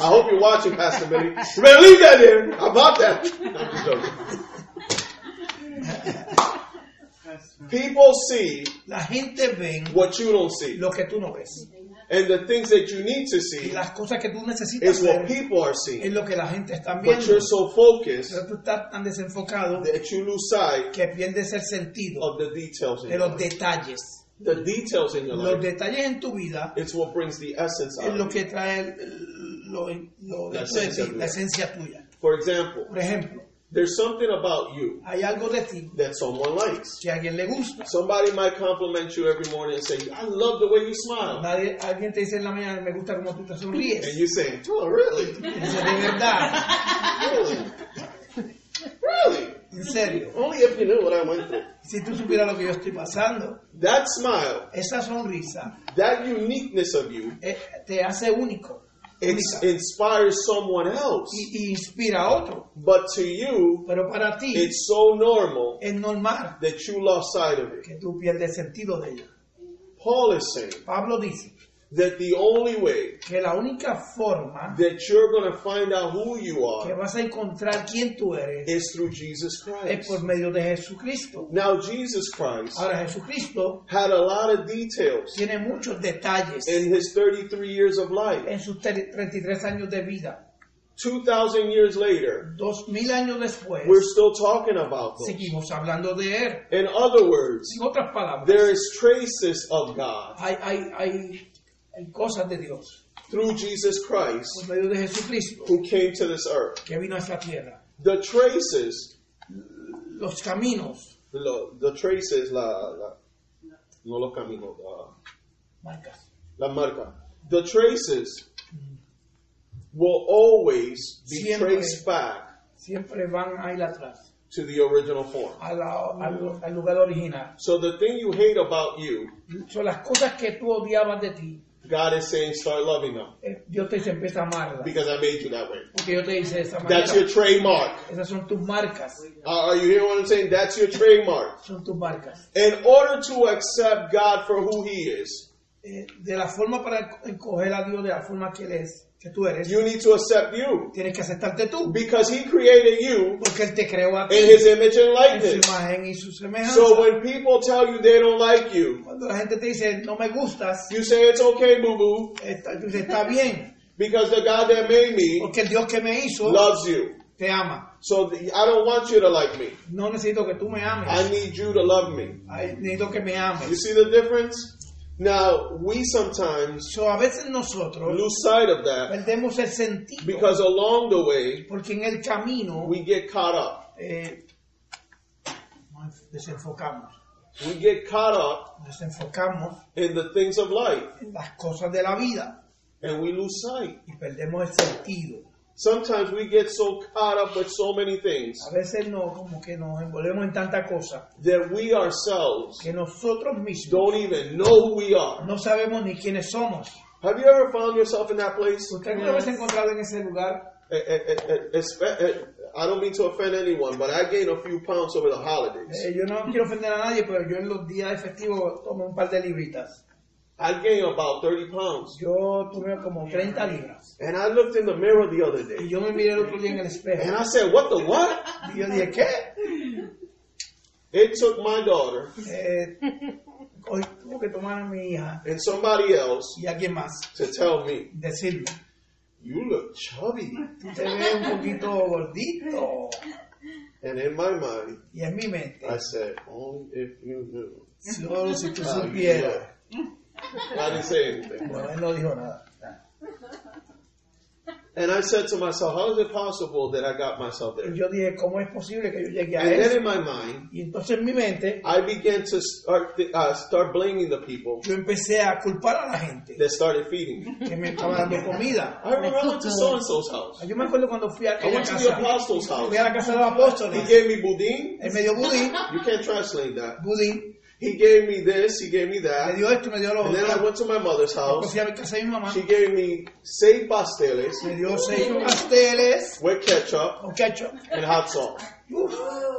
A: I hope you're watching, Pastor Billy. You better leave that there. I bought that. I'm just joking. People see
B: La gente ve
A: what you don't see.
B: lo que tú no ves.
A: And the things that you need to
B: Y
A: see
B: las cosas que tú necesitas
A: is what
B: ver
A: people are
B: es
A: seeing.
B: lo que la gente está
A: But
B: viendo.
A: you're so focused
B: Pero tú estás tan desenfocado
A: that you lose sight
B: que pierdes el sentido
A: of the details in
B: de
A: your
B: los
A: life.
B: detalles.
A: The details in your
B: Los
A: life.
B: detalles en tu vida
A: It's what brings the essence
B: es
A: out.
B: lo
A: of it.
B: que trae el- lo, lo
A: La
B: de tu- de
A: esencia
B: ti,
A: tuya.
B: la esencia tuya.
A: For example,
B: Por ejemplo,
A: there's something about you
B: hay algo de ti
A: that someone likes.
B: que a alguien le gusta.
A: Somebody might compliment you every morning and say, I love the way you smile.
B: Nadie- alguien te dice en la mañana, me gusta cómo tú te sonríes.
A: And you say, Oh, really?
B: Y dice, de verdad,
A: Really? Really?
B: en serio.
A: Only if you knew what I went through.
B: Si tú supieras lo que yo estoy pasando,
A: That smile,
B: esa sonrisa
A: that uniqueness of you,
B: eh, te hace único.
A: it
B: única,
A: inspires someone else.
B: y, y inspira a otro.
A: But to you,
B: Pero para ti
A: it's so normal
B: es normal
A: that you lost sight of it.
B: que tú pierdes sentido de ella.
A: Paul is saying
B: Pablo dice
A: that the only way
B: que la única forma
A: that you're going to find out who you
B: que
A: are
B: vas a encontrar quién tú eres
A: is through Jesus
B: es
A: Christ.
B: por medio de Jesucristo.
A: Now, Jesus Christ
B: Ahora Jesucristo
A: had a lot of details
B: tiene muchos detalles
A: in his 33 years of life.
B: en sus tre- 33 años de vida.
A: 2,000 years later,
B: Dos mil años después,
A: we're still talking about those.
B: seguimos hablando de él.
A: In other words,
B: Sin otras palabras,
A: there is traces of God
B: hay, hay, hay, hay cosas de Dios
A: through Jesus
B: por
A: Christ
B: medio de Jesucristo
A: who came to this earth.
B: que vino a esta tierra.
A: The traces
B: Los caminos,
A: lo, the traces, la, la- no los caminos, la,
B: marcas,
A: la marca. The traces will always be
B: Siempre.
A: traced back
B: siempre van a ir atrás,
A: to the original form.
B: a la- al, al lugar original.
A: So the thing you hate about you,
B: Son las cosas que tú odiabas de ti.
A: God is saying, start loving them
B: eh, Dios te dice, empieza a amarlas.
A: because I made you that way.
B: Porque yo te dice de esa manera.
A: That's your trademark. Uh,
B: Esas son tus marcas.
A: Are are you hearing what I'm saying? That's your trademark.
B: Son tus marcas.
A: In order to accept God for who He is,
B: Eh, de la forma para coger a Dios, de la forma que Él es, que tú eres,
A: you need to accept you
B: tienes que aceptarte tú.
A: because He created you
B: Porque Él te creó a ti.
A: in His image and
B: en su
A: likeness.
B: imagen y su semejanza.
A: So when people tell you they don't like you,
B: Cuando la gente te dice, no me gustas,
A: you say it's okay, boo boo,
B: está, tú dices, está bien.
A: because the God that made me
B: Porque el Dios que me hizo
A: loves you.
B: te ama.
A: So the, I don't want you to like me.
B: No necesito que tú me
A: I
B: ames.
A: need you to love me.
B: Ay, Necesito que me
A: You
B: ames.
A: see the difference? Now, we sometimes
B: So, a veces nosotros
A: lose sight of that
B: perdemos el sentido
A: because along the way,
B: porque en el camino
A: we get caught up.
B: eh, nos desenfocamos.
A: We get caught up
B: Nos enfocamos
A: in the things of life
B: en las cosas de la vida
A: and we lose sight.
B: y perdemos el sentido.
A: Sometimes we get so caught up with so many things
B: A veces no, como que nos envolvemos en tanta cosa
A: that we ourselves
B: que nosotros mismos
A: don't even know who we are.
B: no sabemos ni quiénes somos.
A: Have you ever found yourself in that place?
B: ¿Usted alguna vez se ha encontrado en ese lugar?
A: Eh, eh, eh, eh, espe- eh, I don't mean to offend anyone, but I gained a few pounds over the holidays.
B: Eh, yo no quiero ofender a nadie, pero yo en los días de festivo tomo un par de libritas.
A: I gained about 30 pounds.
B: Yo tomé como 30 libras.
A: And I looked in the mirror the other
B: Y
A: day
B: yo me miré el otro día en el espejo.
A: and I said, What the what?
B: Y yo dije, ¿qué?
A: It took my daughter
B: Eh, hoy tuvo que tomar a mi hija
A: and somebody else
B: y a alguien más.
A: to tell me,
B: Decirme,
A: You look chubby.
B: tú te ves un poquito gordito.
A: And in my mind,
B: Y en mi mente,
A: I said, Only if you knew.
B: solo si tú
A: how you
B: supieras.
A: look." I didn't say anything.
B: Bueno, él no dijo nada.
A: And I said to myself, How is it possible that I got myself there?
B: Y yo dije, ¿cómo es posible que yo llegue a
A: And then
B: eso?
A: in my mind,
B: Y entonces en mi mente,
A: I began to start, uh, start blaming the people
B: yo empecé a culpar a la gente
A: that started feeding me.
B: que me estaba dando comida.
A: I remember I went to so and so's house.
B: Yo me acuerdo cuando fui a
A: I
B: aquella
A: went to the
B: casa,
A: apostles' house.
B: fui a la casa de los
A: He
B: apóstoles,
A: gave me boudin.
B: él me dio budín,
A: You can't translate that.
B: budín,
A: He gave me this. He gave me
B: me
A: that.
B: dio esto, me dio lo
A: And then I
B: otro.
A: went to my mother's
B: Luego
A: house.
B: fui a mi casa de mi mamá,
A: She gave me seis pasteles
B: me dio seis pasteles
A: with ketchup
B: con ketchup,
A: and hot sauce,
B: uf,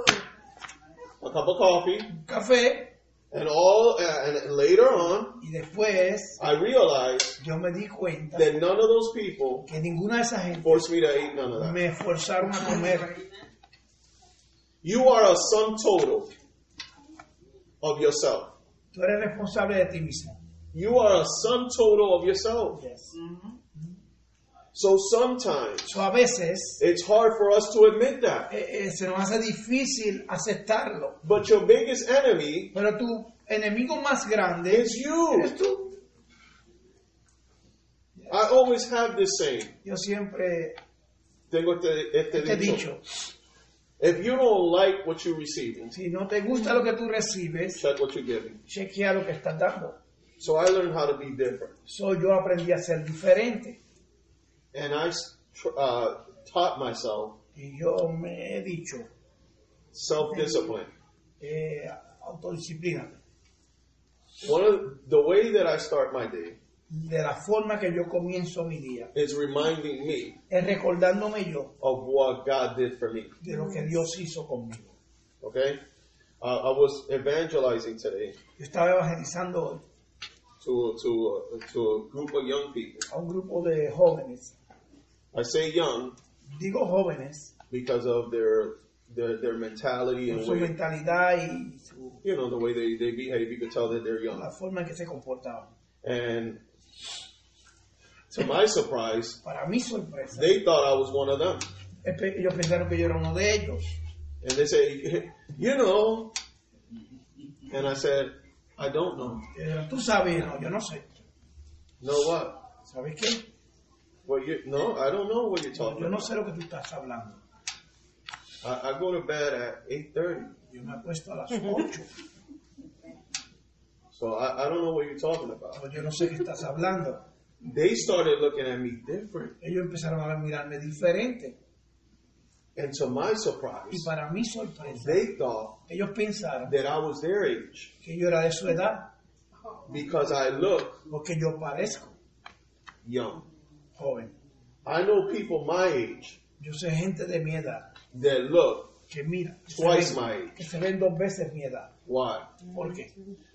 A: a cup of coffee,
B: un café,
A: and all. uh, And and later on,
B: y después
A: I realized
B: yo me di cuenta
A: that none of those people
B: que ninguna de esas gente
A: forced me to eat none of that.
B: me forzaron a comer.
A: You are a sum total of yourself.
B: Tú eres responsable de ti mismo.
A: You are a sum total of yourself. So sometimes
B: So, a veces
A: it's hard for us to admit that.
B: eh, eh, se nos hace difícil aceptarlo,
A: But your biggest enemy
B: pero tu enemigo más grande
A: is you.
B: eres tú.
A: I always have this saying.
B: Yo siempre
A: Tengo este, este
B: te he
A: dicho.
B: dicho,
A: If you don't like what you're receiving,
B: si no te gusta lo que tú recibes,
A: check what you're giving.
B: chequea lo que estás dando.
A: So I learned how to be different.
B: So yo aprendí a ser diferente
A: And I s- tr- uh, taught myself
B: y yo me he dicho,
A: self discipline.
B: eh, autodisciplina.
A: One of the way that I start my day
B: De la forma que yo comienzo mi día,
A: is reminding me
B: es recordándome yo
A: of what God did for me.
B: de lo que Dios hizo conmigo.
A: Okay? Uh, I was evangelizing today
B: Yo estaba evangelizando hoy
A: to to uh, to a group of young people.
B: a un grupo de jóvenes.
A: I say young
B: Digo jóvenes
A: because of their their their mentality
B: por
A: and
B: su
A: way
B: mentalidad y su-
A: you know the way they, they behave. You could tell that they're young.
B: la forma en que se comportaban.
A: And to my surprise,
B: Para mi sorpresa,
A: they thought I was one of them.
B: espe- ellos pensaron que yo era uno de ellos.
A: And they say, you know, and I said, I don't know.
B: Eh, Tú sabes, no, yo no sé.
A: Know what?
B: ¿Sabes qué?
A: Well, you no, I don't know what you're talking.
B: Yo no
A: about.
B: sé lo que tú estás hablando.
A: I, I go to bed at eight thirty,
B: Yo me acuesto a las 8,
A: so I, I don't know what you're talking about.
B: pero yo no sé qué estás hablando.
A: They started looking at me different,
B: Ellos empezaron a mirarme diferente.
A: and to my
B: Y
A: surprise,
B: para mi sorpresa,
A: they thought
B: ellos pensaron
A: that I was their age
B: que yo era de su edad,
A: because I look
B: porque yo parezco
A: young.
B: joven.
A: I know people my age
B: Yo sé gente de mi edad
A: that look
B: que mira, que se
A: twice
B: ven-
A: my age.
B: que se ven dos veces mi edad.
A: Why?
B: ¿Por qué?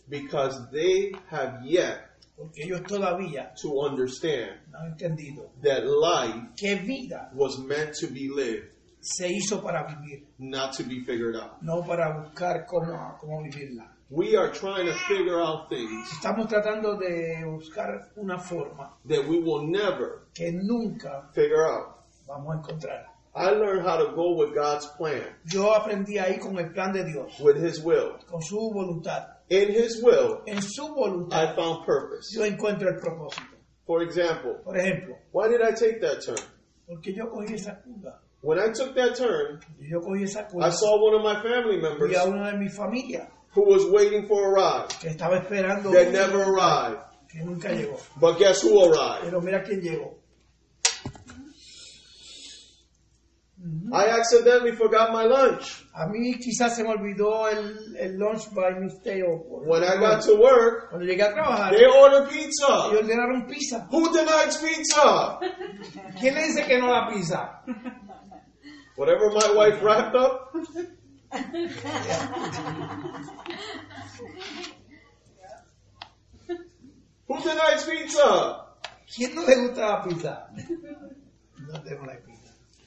A: Because they have yet
B: Porque ellos todavía
A: to understand
B: no han entendido
A: that life
B: qué vida
A: was meant to be lived,
B: se hizo para vivir,
A: not to be figured out.
B: no para buscar cómo, cómo vivirla.
A: We are trying to figure out things
B: Estamos tratando de buscar una forma
A: that we will never
B: que nunca
A: figure out.
B: vamos a encontrar.
A: I learned how to go with God's plan,
B: Yo aprendí ahí con el plan de Dios,
A: with His will.
B: con su voluntad.
A: In His will,
B: En su voluntad
A: I found purpose.
B: yo encuentro el propósito.
A: For example,
B: Por ejemplo,
A: why did I take that turn?
B: porque yo cogí esa curva.
A: When I took that turn,
B: Yo cogí esa
A: I
B: curva.
A: saw one of my family members
B: Vi a una de mi familia
A: who was waiting for a ride
B: que estaba esperando
A: that never arrived.
B: que nunca llegó.
A: But guess who arrived?
B: Pero mira quién llegó.
A: I accidentally forgot my lunch.
B: A mí quizás se me olvidó el, el lunch by mistake. o por-
A: When I got to work,
B: Cuando llegué a trabajar,
A: they ordered
B: ellos
A: pizza.
B: ordenaron pizza.
A: Who denies pizza?
B: ¿Quién le dice que no la pizza?
A: Whatever my wife wrapped up, who denies pizza?
B: ¿Quién no le gusta la pizza? No tengo la pizza.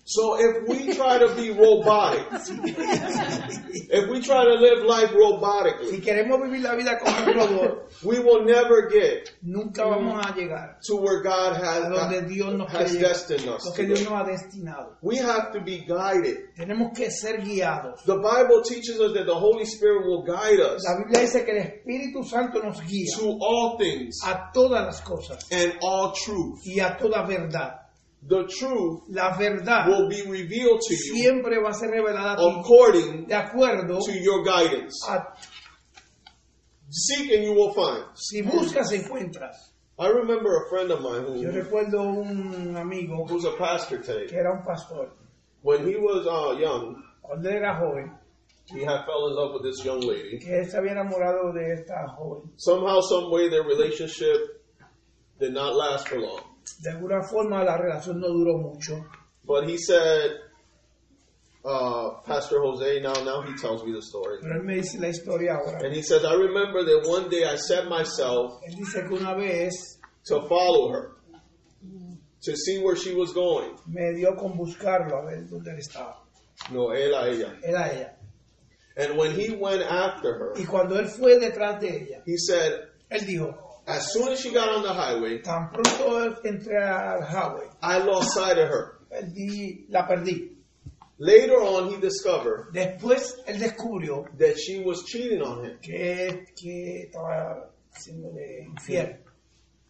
A: So if we try to be robotic, if we try to live life robotically,
B: Si queremos vivir la vida como un robot,
A: we will never get
B: nunca vamos a llegar
A: to where God
B: a donde Dios
A: has,
B: nos
A: has
B: quiere llegar,
A: destined us.
B: lo
A: to
B: que Dios
A: be.
B: nos ha destinado.
A: We have to be guided.
B: Tenemos que ser guiados.
A: The Bible teaches us that the Holy Spirit will guide us
B: La Biblia dice que el Espíritu Santo nos guía
A: to all things
B: a todas las cosas
A: and all truth.
B: y a toda verdad.
A: The truth
B: La verdad
A: will be revealed to you
B: siempre va a ser revelada a
A: Oh,
B: ti
A: according
B: de acuerdo
A: to your guidance.
B: a
A: Seek and you will find.
B: si buscas encuentras.
A: I remember a friend of mine who
B: Yo recuerdo un amigo
A: who's a pastor
B: que
A: today.
B: era un pastor.
A: When he was uh, young,
B: Cuando él era joven,
A: he had fell in love with this young lady.
B: que él se había enamorado de esta joven.
A: Somehow, some way, their relationship did not last for long.
B: De alguna forma la relación no duró mucho.
A: But he said, uh, Pastor Jose, now now he tells me the story.
B: Pero él me dice la historia ahora.
A: And he says, I remember that one day I set myself
B: Él dice que una vez
A: to follow her, to see where she was going.
B: me dio con buscarlo a ver dónde él estaba.
A: No, él a ella.
B: Era ella.
A: And when he went after her,
B: Y cuando él fue detrás de ella,
A: he said,
B: él dijo,
A: as soon as she got on the highway,
B: tan pronto él entré al highway,
A: I lost sight of her.
B: perdí, la perdí.
A: Later on, he discovered
B: Después él descubrió
A: that she was cheating on him.
B: que, que estaba siendo de infiel.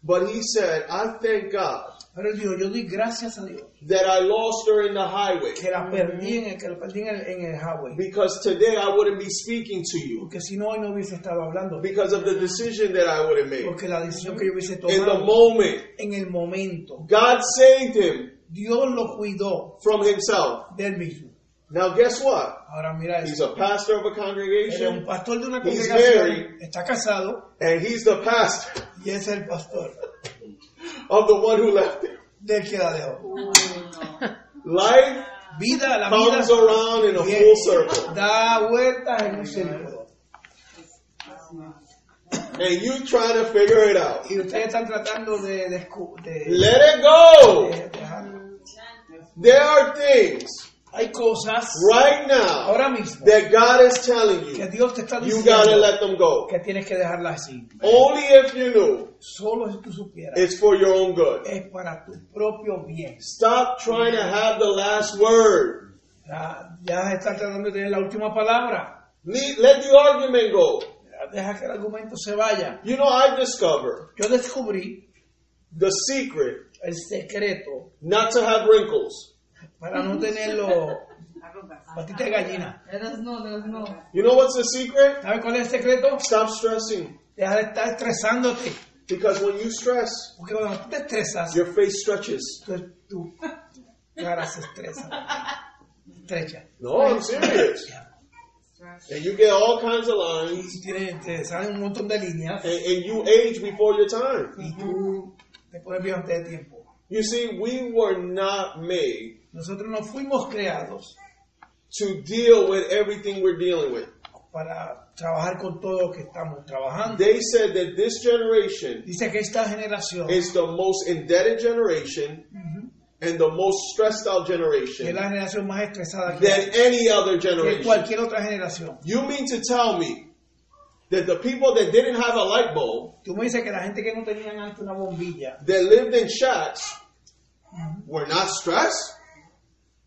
A: But he said, I thank God
B: Pero él dijo, yo doy gracias a Dios
A: that I lost her in the highway
B: que la perdí en el, que la perdí en el, en el highway.
A: because today I wouldn't be speaking to you
B: Porque si no, hoy no hubiese estado hablando.
A: because of the decision that I would have made.
B: Porque la decisión que yo hubiese
A: In the
B: tomado
A: moment,
B: en el momento,
A: God saved him
B: Dios lo cuidó
A: from himself.
B: del mismo.
A: Now, guess what?
B: Ahora mira
A: He's
B: eso.
A: a pastor of a
B: Él es un
A: congregation
B: pastor de una
A: He's
B: congregación,
A: married.
B: está casado
A: and he's the pastor
B: y es el pastor
A: of the one who left him.
B: del que la dejó.
A: Life
B: Vida, la vida
A: comes around in a full circle.
B: da vueltas en un círculo.
A: and you trying to figure it out.
B: Y ustedes están tratando de, descu- de,
A: Let it go.
B: de dejarlo.
A: There are things
B: Hay cosas
A: right now
B: ahora mismo
A: that God is telling
B: que
A: you.
B: Dios te está
A: You gotta
B: diciendo
A: let them go.
B: que tienes que dejarlas así.
A: Only if you knew
B: Solo si tú supieras.
A: it's for your own good.
B: Es para tu propio bien.
A: Stop trying to have the last word.
B: Ya, ya estás tratando de tener la última palabra.
A: Le- Let the argument go.
B: Ya Deja que el argumento se vaya.
A: You know, I discovered
B: Yo descubrí
A: the secret
B: el secreto
A: not to have wrinkles.
B: para no tener los patitas de gallina.
C: Eres no, eres no.
A: You know what's the secret?
B: ¿Sabes cuál es el secreto?
A: Stop stressing.
B: Deja de estar estresándote.
A: Because when you stress,
B: Porque cuando tú te estresas,
A: your face stretches.
B: tu, tu cara se estresa. Estrecha.
A: No, I'm serious. And you get all kinds of lines.
B: Y tienes, te salen un montón de líneas
A: and, and you age before your time.
B: y tú te pones bien antes de tiempo.
A: You see, we were not made
B: Nosotros no fuimos creados
A: to deal with everything we're dealing with.
B: para trabajar con todo lo que estamos trabajando.
A: They said that this generation
B: Dice que esta generación
A: is the most indebted generation and the most stressed out
B: que es
A: generation
B: la generación más estresada que,
A: than any other
B: que
A: generation.
B: cualquier otra generación.
A: You mean to tell me that the people that didn't have a light bulb,
B: Tú me dices que la gente que no tenían antes una bombilla
A: that lived in shacks, were not stressed?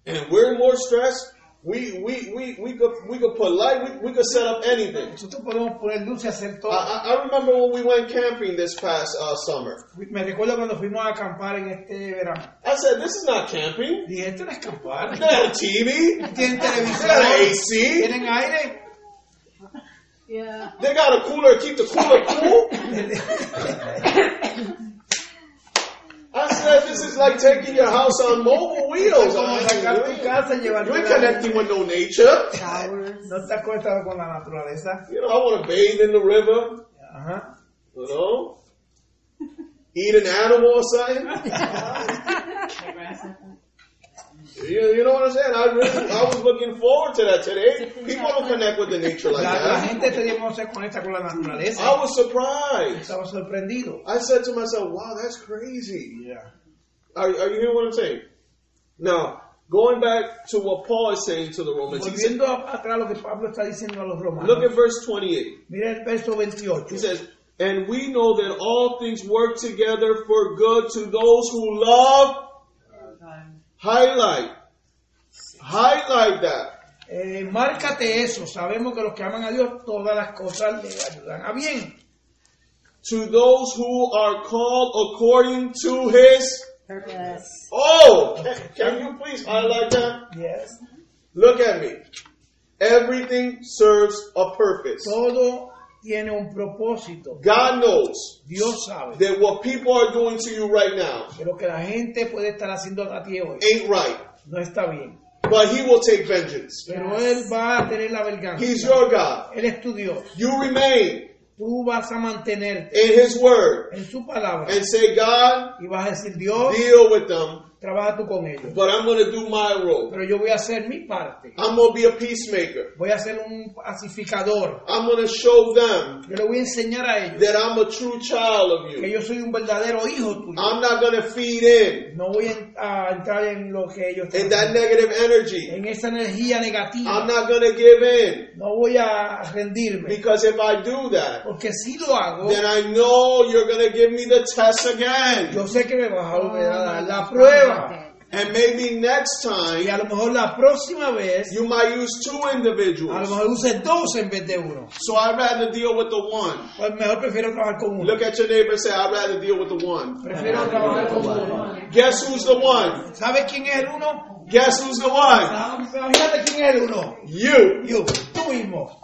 A: and we're more stressed, we we we we could we could put light, we, we could set up anything.
B: Nosotros podemos poner dulce y hacer
A: I,
B: todo.
A: I I remember when we went camping this past uh, summer.
B: Me recuerdo cuando fuimos a acampar en este verano.
A: I said, "This is not camping.
B: Dije, esto no es acampar.
A: They had a TV. They
B: Tienen televisión,
A: got an AC.
B: tienen aire.
C: Yeah.
A: They got a cooler. Keep the cooler cool." I said, "This is like taking your house on mobile wheels.
B: Como sacar tu
A: I
B: casa y
A: mean,
B: llevarte
A: You ain't
B: la-
A: connecting with no nature.
C: Showers.
B: No está conectado con la naturaleza.
A: You know, I want to bathe in the river.
B: Ajá.
A: You know, eat an animal or something." You, you know what I'm saying? I really, I was looking forward to that today. People don't connect with the nature like
B: La, la
A: that.
B: gente este día no se conecta con la naturaleza.
A: I was surprised.
B: Estaba sorprendido.
A: I said to myself, wow, that's crazy. Are, are you hearing what I'm saying? Now, going back to what Paul is saying to the Romans, he said,
B: Volviendo a- atrás lo que Pablo está diciendo a los
A: look
B: romanos.
A: at verse 28.
B: Mira el verso
A: He
B: 28.
A: says, and we know that all things work together for good to those who love, highlight, highlight that.
B: Eh, márcate eso. Sabemos que los que aman a Dios, todas las cosas le ayudan a bien.
A: To those who are called according to his
C: Purpose.
A: Oh, can you please highlight that?
B: Yes.
A: Look at me. Everything serves a purpose.
B: Todo tiene un propósito.
A: God knows
B: Dios sabe
A: that what people are doing to you right now
B: que lo que la gente puede estar haciendo a ti hoy
A: ain't right,
B: no está bien.
A: but He will take vengeance.
B: Pero Él va a tener la
A: He's
B: venganza.
A: your God.
B: Él es tu Dios.
A: You remain
B: Tú vas a mantenerte
A: in His word
B: en su palabra
A: and say, God,
B: y vas a decir, Dios,
A: deal with them,
B: trabaja tú con ellos.
A: but I'm going to do my role.
B: Pero yo voy a hacer mi parte.
A: I'm going to be a peacemaker.
B: Voy a ser un pacificador.
A: I'm going to show them
B: Yo le voy a enseñar a ellos
A: that I'm a true child of
B: que
A: you.
B: yo soy un verdadero hijo tuyo.
A: I'm not going to feed in
B: No voy a en- a entrar en lo que ellos
A: in
B: tienen.
A: that negative energy.
B: en esa energía
A: I'm
B: negativa.
A: not going to give in
B: No voy a rendirme.
A: because if I do that,
B: Porque si lo hago,
A: then I know you're going to give me the test again.
B: yo sé que me vas a
C: Oh,
B: volver a dar la prueba.
A: And maybe next time
B: Y a lo mejor la próxima vez,
A: you might use two
B: a lo
A: individuals.
B: mejor uses dos en vez de uno.
A: So I'd rather deal with the one.
B: Pues mejor prefiero trabajar con uno.
A: Look at your neighbor and say, I'd rather deal with the one.
B: Prefiero trabajar con uno.
A: Guess who's the one?
B: ¿Sabes quién es el uno?
A: Guess who's the one?
B: Imagínate quién es el uno.
A: You.
B: Yo, tú mismo.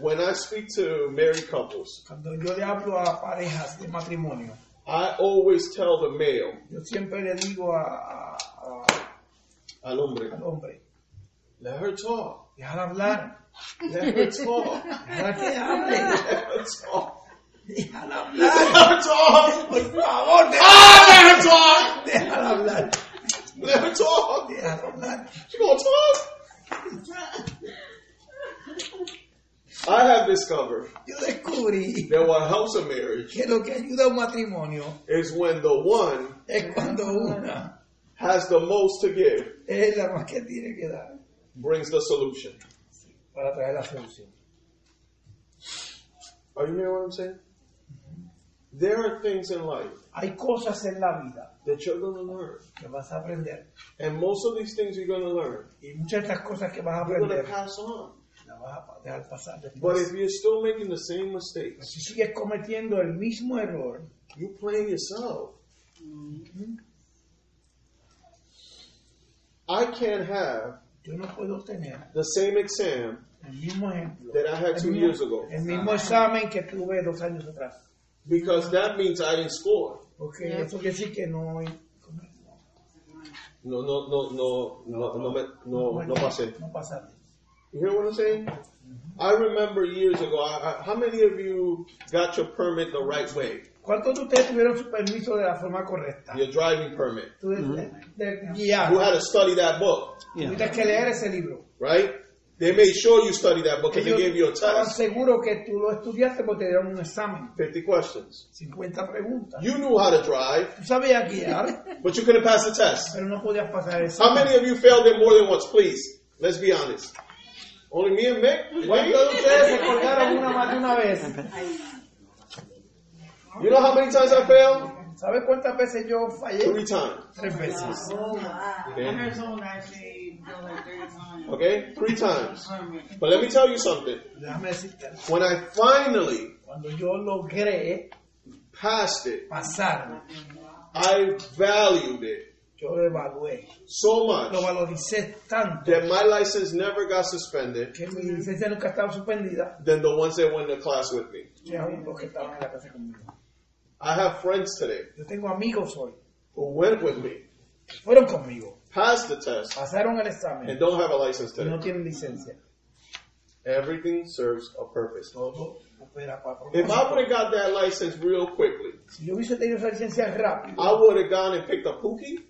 A: When I speak to married couples,
B: Cuando yo le hablo a parejas de matrimonio,
A: I always tell the male,
B: yo siempre le digo a- a- a-
A: al hombre,
B: al hombre,
A: let her talk.
B: déjala hablar,
A: Let her talk.
B: déjala que hable,
A: Let her talk.
B: déjala hablar,
A: Let her talk. Ah, let her talk. Let
B: por favor, déjala, déjala hablar,
A: her talk.
B: déjala hablar.
A: She gonna talk. I have discovered
B: Yo descubrí
A: that what helps a marriage
B: que lo que ayuda a un matrimonio
A: is when the one
B: es cuando una
A: has the most to give
B: es la más que tiene que dar
A: brings the solution.
B: para traer la solución.
A: Are you hearing what I'm saying? There are things in life
B: Hay cosas en la vida
A: that you're gonna learn,
B: que vas a aprender
A: and most of these things you're gonna learn,
B: y muchas de estas cosas que vas a
A: you're gonna
B: aprender
A: pass on.
B: las vas a dejar pasar
A: But
B: después.
A: if you're still making the same mistakes,
B: Si sigues cometiendo el mismo error,
A: you playing yourself. I can't have
B: yo no puedo tener
A: the same exam
B: el mismo ejemplo,
A: that I had
B: el
A: two
B: mismo,
A: years ago.
B: el mismo examen que tuve dos años atrás.
A: Because that means I didn't score.
B: Porque eso quiere decir que no hay- ¿cómo es?
A: No, no, no, no, no, no, me, no, no pasé.
B: No pasaste.
A: You hear what I'm saying? I remember years ago. I, I, how many of you got your permit the right way?
B: ¿Cuántos de ustedes tuvieron su permiso de la forma correcta?
A: Your driving permit.
B: Tú de, de
A: You
B: guiar.
A: had to study that book,
D: Yeah.
B: Tuviste que leer ese libro.
A: right? They made sure you studied that book and they
B: Ellos
A: gave you a
B: estaban
A: test.
B: seguros que tú lo estudiaste porque te dieron un examen.
A: Fifty questions.
B: 50 preguntas.
A: You knew how to drive,
B: Tú sabías guiar,
A: but you couldn't pass the test.
B: pero no podías pasar eso.
A: How many of you failed it more than once? Please, let's be honest. Only me and Mick.
B: ¿Cuántos de
A: Wayne?
B: ustedes se colgaron una más de una vez?
A: You know how many times I failed?
B: ¿Sabes cuántas veces yo fallé?
A: Three times.
B: Tres veces.
C: Oh, wow.
G: I
A: Okay?
G: heard someone actually go like three times.
A: Okay? Three times.
G: Sermon.
A: But let me tell you something.
B: Déjame decirte, algo.
A: When I finally
B: cuando yo logré
A: passed it,
B: pasarlo,
A: I valued it
B: yo lo evalué,
A: so
B: lo
A: much
B: valoricé tanto
A: that my license never got suspended
B: que mi licencia nunca estaba suspendida.
A: than the ones that went to class with me.
B: Yo era uno de los que estaban en la clase conmigo.
A: I have friends today
B: Yo tengo amigos hoy,
A: who went with me,
B: que fueron conmigo,
A: passed the test,
B: pasaron
A: and
B: el examen
A: don't have a license
B: y
A: today.
B: no tienen licencia.
A: Everything serves a purpose.
B: Todo opera para
A: If I would
B: propósito.
A: have got that license real quickly,
B: Si yo hubiese tenido esa licencia rápido,
A: I would have gone and picked up Pookie,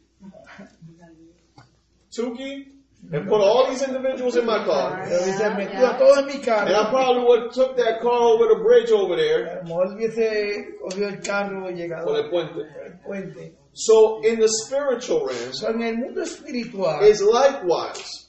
A: Tuki, and put all these individuals in my car.
B: yo hubiese metido
C: ya.
B: a todos en mi
A: And I
B: carro.
A: probably would have took that car over the bridge over
B: A
A: there
B: lo mejor hubiese cogido el carro y llegado
A: for the
B: al
A: puente.
B: puente.
A: So in the spiritual realm,
B: So, en el mundo espiritual,
A: is likewise.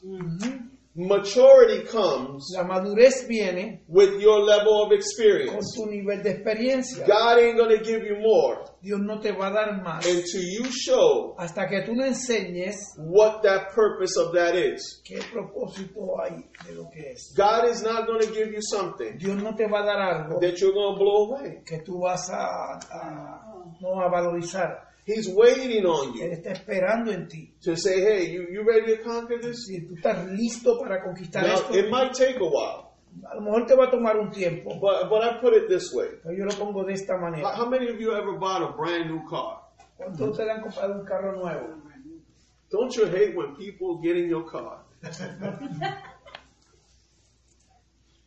A: Maturity comes
B: la madurez viene
A: with your level of
B: con
A: experience.
B: tu nivel de experiencia.
A: God ain't gonna give you more
B: Dios no te va a dar más
A: until you show
B: hasta que tú no enseñes
A: what that purpose of that is.
B: qué propósito hay de lo que es.
A: God is not gonna give you something
B: Dios no te va a dar algo
A: that you're gonna blow away.
B: que tú vas a, a- no a valorizar.
A: He's waiting on
B: Él
A: you
B: está esperando en ti.
A: to say, hey, you, you ready to conquer this?
B: Si tú estás listo para conquistar
A: Now,
B: esto,
A: it might take a while,
B: a lo mejor te va a tomar un tiempo.
A: but, but I put it this way.
B: Pero yo lo pongo de esta
A: How,
B: manera.
A: how many of you ever bought a brand new car?
B: ¿Cuántos de ustedes han comprado un carro nuevo?
A: Don't you hate when people get in your car?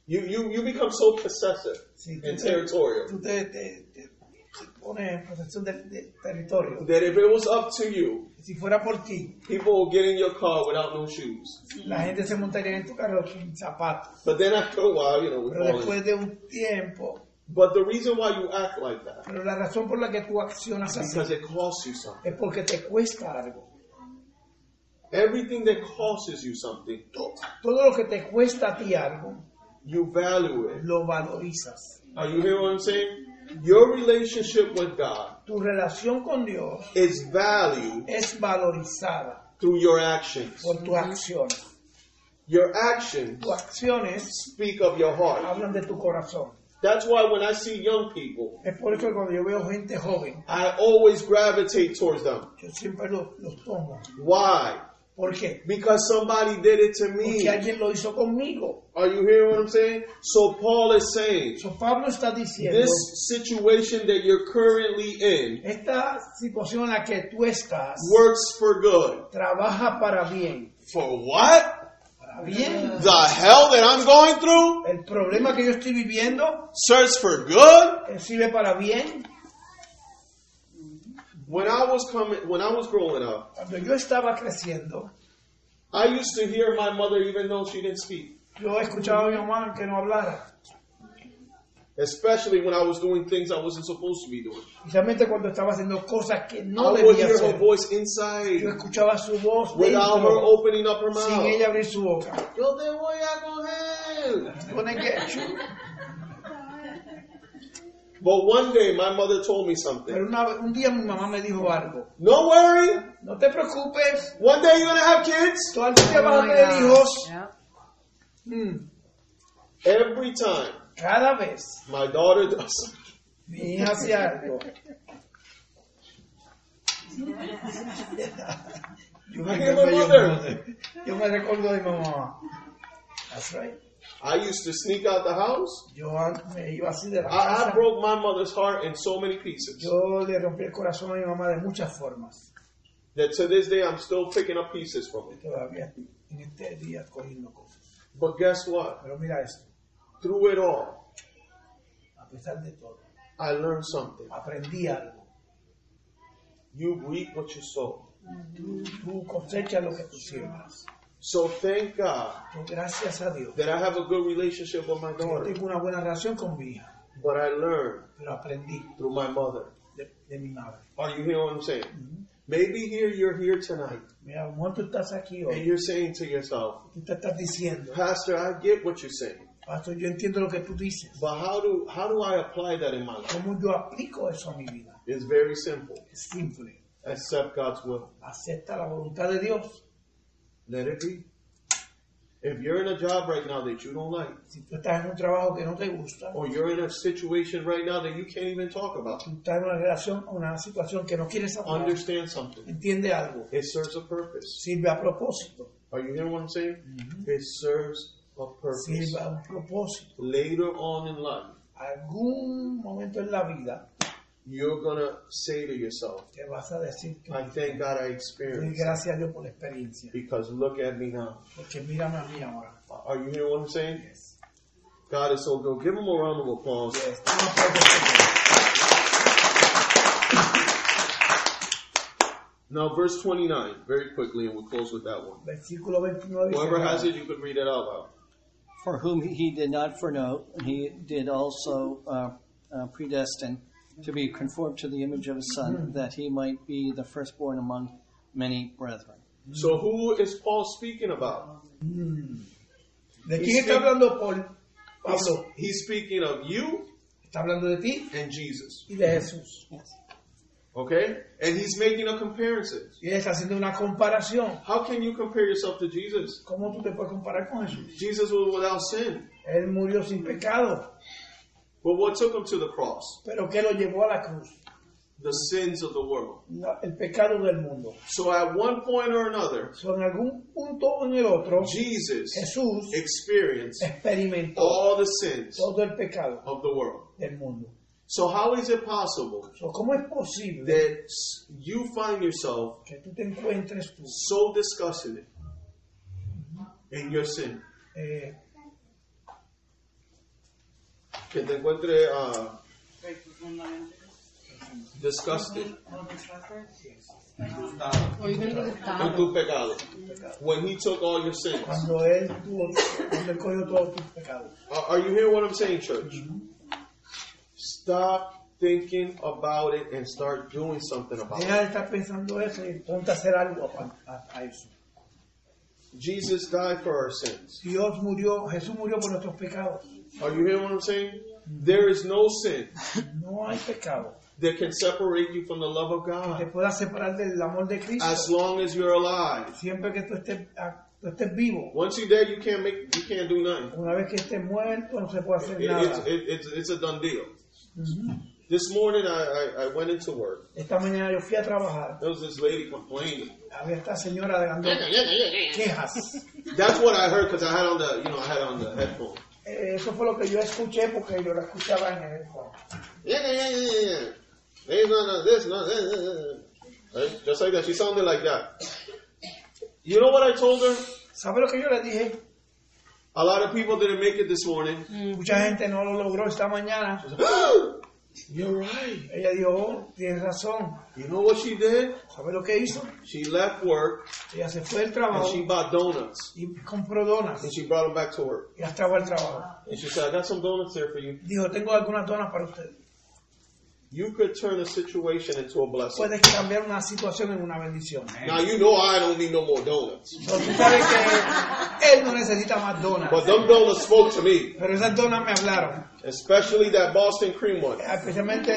A: you, you you become so possessive
B: Sí, tú
A: and
B: te,
A: territorial
B: tú te- te- te- te pones en protección del, del territorio.
A: that if it was up to you,
B: Si fuera por ti,
A: people will get in your car without no shoes.
B: la gente se montaría en tu carro sin zapatos.
A: But then after a while, you know, we
B: Pero
A: fall in.
B: después de un tiempo,
A: But the reason why you act like that
B: pero la razón por la que tú accionas
A: is
B: así
A: because it costs you something.
B: es porque te cuesta algo.
A: Everything that costs you something,
B: Todo lo que te cuesta a ti algo,
A: you value it.
B: lo valorizas.
A: Are you hearing what I'm saying? Your relationship with God
B: Tu relación con Dios
A: is valued
B: es valorizada
A: through your actions.
B: por tu acción.
A: Your actions
B: Tus acciones
A: speak of your heart.
B: hablan de tu corazón.
A: That's why when I see young people,
B: Es por eso que cuando yo veo gente joven,
A: I always gravitate towards them.
B: yo siempre los, los tomo.
A: Why?
B: ¿Por qué?
A: Because somebody did it to me.
B: Porque alguien lo hizo conmigo.
A: Are you hearing what I'm saying? So Paul is saying
B: So Pablo está diciendo,
A: this situation that you're currently in
B: esta situación en la que tú estás
A: works for good.
B: trabaja para bien.
A: For what?
B: Para bien.
A: The hell that I'm going through
B: El problema que yo estoy viviendo
A: serves for good.
B: eh, sirve para bien.
A: When I was coming, when I was growing up,
B: Cuando yo estaba creciendo,
A: I used to hear my mother, even though she didn't speak,
B: yo escuchaba a mi mamá que no hablara.
A: especially when I was doing things I wasn't supposed to be doing.
B: Especialmente cuando estaba haciendo cosas que no
A: I would
B: debía
A: hear her
B: hacer.
A: voice inside
B: Yo escuchaba su voz
A: without her
B: dentro,
A: opening up her
B: sin
A: mouth.
B: ella abrir su boca.
A: Yo te voy a coger.
B: Gonna get you.
A: But one day my mother told me
B: Pero
A: something.
B: una vez- un día mi mamá me dijo algo.
A: No worry.
B: No te preocupes.
A: One day you're gonna have kids.
B: Tú al día vas a
C: my
B: tener
C: God.
B: hijos.
C: Yeah.
B: Mm,
A: Every time
B: Cada vez
A: my daughter does something,
B: mi hija hace algo. Yo
A: I
B: me,
A: hear my
B: acuerdo yo-
A: mother.
B: yo me recuerdo de mi mamá. That's right.
A: I used to sneak out the house.
B: Yo an- me iba así de la
A: I, I
B: casa.
A: broke my mother's heart in so many pieces
B: Yo le rompí el corazón a mi mamá de muchas formas.
A: that to this day I'm still picking up pieces from it.
B: Todavía en este día cogiendo cosas.
A: But guess what?
B: Pero mira esto.
A: Through it all,
B: A pesar de todo,
A: I learned something.
B: aprendí algo.
A: You reap what you sow.
B: Tú, tú cosechas lo que tú siembras.
A: So thank God
B: Pues gracias a Dios.
A: that I have a good relationship with my
B: Yo
A: daughter.
B: tengo una buena relación con mi hija,
A: But I learned
B: pero aprendí
A: through my mother.
B: de, de mi madre.
A: Are you hearing what I'm saying? Maybe here you're here tonight
B: Mira, a lo mejor tú estás aquí
A: and
B: hoy,
A: you're saying to yourself,
B: tú te estás diciendo,
A: Pastor, I get what you're saying.
B: Pastor, yo entiendo lo que tú dices.
A: But how do how do I apply that in my life?
B: ¿Cómo yo aplico eso a mi vida?
A: It's very simple.
B: Es simple.
A: Accept God's will.
B: Acepta la voluntad de Dios.
A: Let it be. If you're in a job right now that you don't like,
B: Si tú estás en un trabajo que no te gusta,
A: or you're in a situation right now that you can't even talk about,
B: tú estás en una relación, una situación que no quieres hablar,
A: understand something.
B: entiende algo,
A: It serves a purpose.
B: sirve a propósito,
A: Are you hearing what I'm saying? It serves a purpose.
B: sirve a un propósito.
A: Later on in life,
B: Algún momento en la vida
A: you're gonna say to yourself,
B: te vas a decir que
A: I thank God I
B: doy
A: experienced it.
B: gracias a Dios por la experiencia,
A: because look at me now.
B: porque mírame a mí ahora.
A: Are you hearing what I'm saying? God is so good. Give him a round of applause. Now, verse 29, very quickly, and we'll close with that one.
B: Versículo 29 dice,
A: Whoever has it, you could read it out loud.
D: For whom he did not foreknow, he did also uh, uh, predestine to be conformed to the image of his
B: Mm-hmm.
D: son, that he might be the firstborn among many brethren.
A: So, who is Paul speaking about?
B: ¿De quién está hablando Paul?
A: He's,
B: Pablo,
A: he's speaking of you
B: está hablando de ti
A: and Jesus.
B: y de Jesús.
A: Okay? And he's making a comparison.
B: Y él está haciendo una comparación.
A: How can you compare yourself to Jesus?
B: ¿Cómo tú te puedes comparar con Jesús?
A: Jesus was without sin.
B: Él murió sin pecado,
A: But what took him to the cross?
B: pero ¿qué lo llevó a la cruz?
A: The sins of the world.
B: La- el pecado del mundo.
A: So, at one point or another,
B: So, en algún punto o en el otro,
A: Jesus
B: Jesús
A: experienced
B: experimentó
A: all the sins
B: todo el pecado
A: of the world.
B: del mundo.
A: So, how is it possible
B: So, ¿Cómo es posible
A: that s- you find yourself
B: que tú te encuentres tú
A: so disgusted in your sin?
B: eh,
A: Que te encuentre uh,
G: Estoy profundamente.
A: disgusted
G: ¿Lo pensaste?
C: Hoy no
A: en tu pecado when He took all your sins.
B: cuando Él tuvo, cuando él cogió todos tus pecados?
A: Are are you hearing what I'm saying, church? Stop thinking about it and start doing something about
B: Deja
A: it.
B: de estar pensando eso y ponte a hacer algo a, a- a eso.
A: Jesus died for our sins.
B: Dios murió, Jesús murió por nuestros pecados.
A: Are you hearing what I'm saying? There is no sin
B: No hay pecado
A: that can separate you from the love of
B: que te
A: God
B: pueda separar del amor de Cristo.
A: as long as you're alive.
B: Siempre que tú estés, ah, tú estés vivo,
A: Once you're dead, you can't make, you can't do nothing.
B: una vez que estés muerto, no se puede hacer
A: It-
B: nada.
A: it's, it, it's, it's a done deal. This morning, I, I, I went into work.
B: Esta mañana yo fui a trabajar.
A: There was this lady complaining.
B: Había esta señora dando quejas.
A: That's what I heard because I had on the, you know, I had on the headphone.
B: Eh, Eso fue lo que yo escuché porque yo la escuchaba en el fondo.
A: Yeah, yeah, yeah, yeah, yeah. There's none of this, none of that. Right? Just like that. She sounded like that. You know what I told her?
B: ¿Sabe lo que yo le dije?
A: A lot of people didn't make it this morning.
B: Mucha gente no lo logró esta mañana.
A: You're right.
B: Ella dijo, oh, tienes razón.
A: You know what she did?
B: ¿Sabe lo que hizo?
A: She left work
B: Ella se fue del
A: and
B: trabajo
A: she bought donuts
B: y compró donas
A: and she brought them back to work.
B: y las trajo al trabajo.
A: And she said, I got some donuts there for you.
B: Dijo, tengo algunas donas para ustedes.
A: You could turn a situation into a blessing.
B: Puedes cambiar una situación en una bendición.
A: Now you know I don't need no more donuts.
B: So, tú sabes que él no necesita más donas.
A: But them donuts spoke to me.
B: Pero esas donas me hablaron.
A: Especially that Boston cream one.
B: Especialmente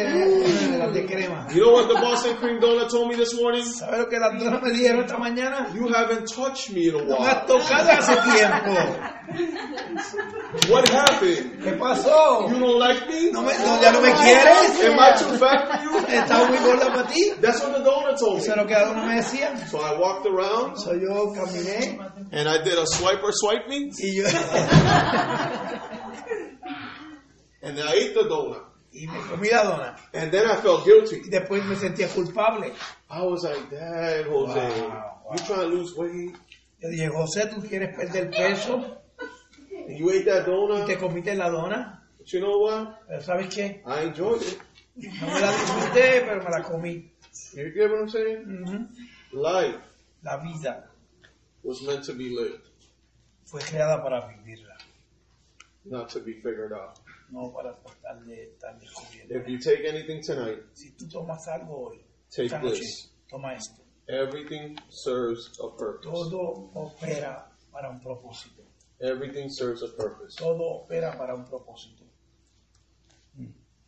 B: las de crema.
A: You know what the Boston cream donut told me this morning?
B: ¿Sabes lo que las donas me dijeron esta mañana?
A: You haven't touched me in a
B: No me has
A: while.
B: tocado hace tiempo.
A: What happened?
B: ¿Qué pasó?
A: You don't like me?
B: No me, no, ¿Ya no me quieres?
A: Am I too fat for you?
B: ¿Estás muy gorda para ti?
A: That's what the donut told
B: Eso es
A: me.
B: lo que las donas me decían.
A: So I walked around
B: So yo caminé
A: and I did a swipe or swipe me
B: y yo
A: and I ate the donut.
B: y me comí la dona.
A: And then I felt guilty.
B: Y después me sentía culpable.
A: I was like, Dad, Jose,
B: Wow, wow.
A: you trying to lose weight
B: Yo dije, José, ¿tú quieres perder peso?
A: and you ate that
B: Y te
A: donut?
B: comiste la dona.
A: But you know what?
B: Pero ¿sabes qué?
A: I enjoyed it.
B: No me la disfruté, pero me la comí.
A: You get what I'm saying?
B: Ujú.
A: Life
B: La vida
A: was meant to be lived,
B: fue creada para vivirla,
A: not to be figured out.
B: no para tratar de estar descubriendo.
A: If you take anything tonight,
B: Si tú tomas algo hoy,
A: Take
B: esta noche,
A: this.
B: toma esto.
A: everything serves a purpose.
B: Todo opera para un propósito.
A: Everything serves a purpose.
B: Todo opera para un propósito.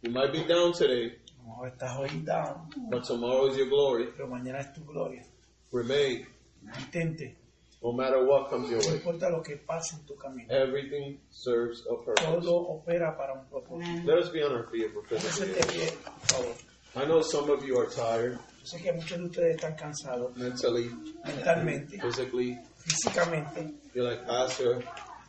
A: You might be down today,
B: A lo mejor estás hoy down,
A: but tomorrow is your glory.
B: pero mañana es tu gloria.
A: Remain,
B: Mantente.
A: no matter what comes your
B: No
A: way.
B: importa lo que pase en tu camino.
A: Everything serves a purpose.
B: Todo opera para un propósito.
G: Amen.
A: Let us be on our feet for
B: Póngase
A: physical.
B: de pie, por favor.
A: I know some of you are tired
B: Yo sé que muchos de ustedes están cansados
A: mentally,
B: mentalmente,
A: physically.
B: físicamente.
A: You're like, Pastor,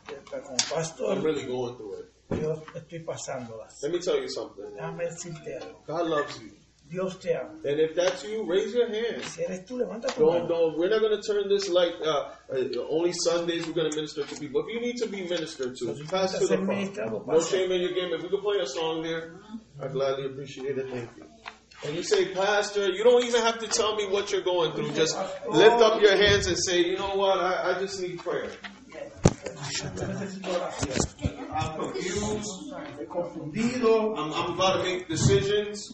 B: Está como
A: I'm
B: pastor,
A: really going through it.
B: yo estoy pasándolas.
A: Let me tell you something.
B: Déjame decirte algo.
A: God loves you.
B: Dios te ama.
A: And if that's you, raise your hand.
B: Si eres tú, levanta tu
A: Don't,
B: mano.
A: don't, we're not going to turn this like uh, uh, only Sundays we're going to minister to people. If you need to be ministered to, pass to the front. No shame in your game. If we could play a song there, I gladly appreciate it. Thank you. And you say, Pastor, you don't even have to tell me what you're going through. Just lift up your hands and say, you know what? I, I just need prayer.
B: Yo necesito oración.
A: I'm confused.
B: Estoy confundido,
A: I'm, I'm about to make decisions.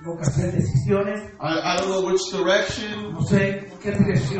B: tengo que hacer decisiones.
A: I, I don't know which direction.
B: No sé qué dirección.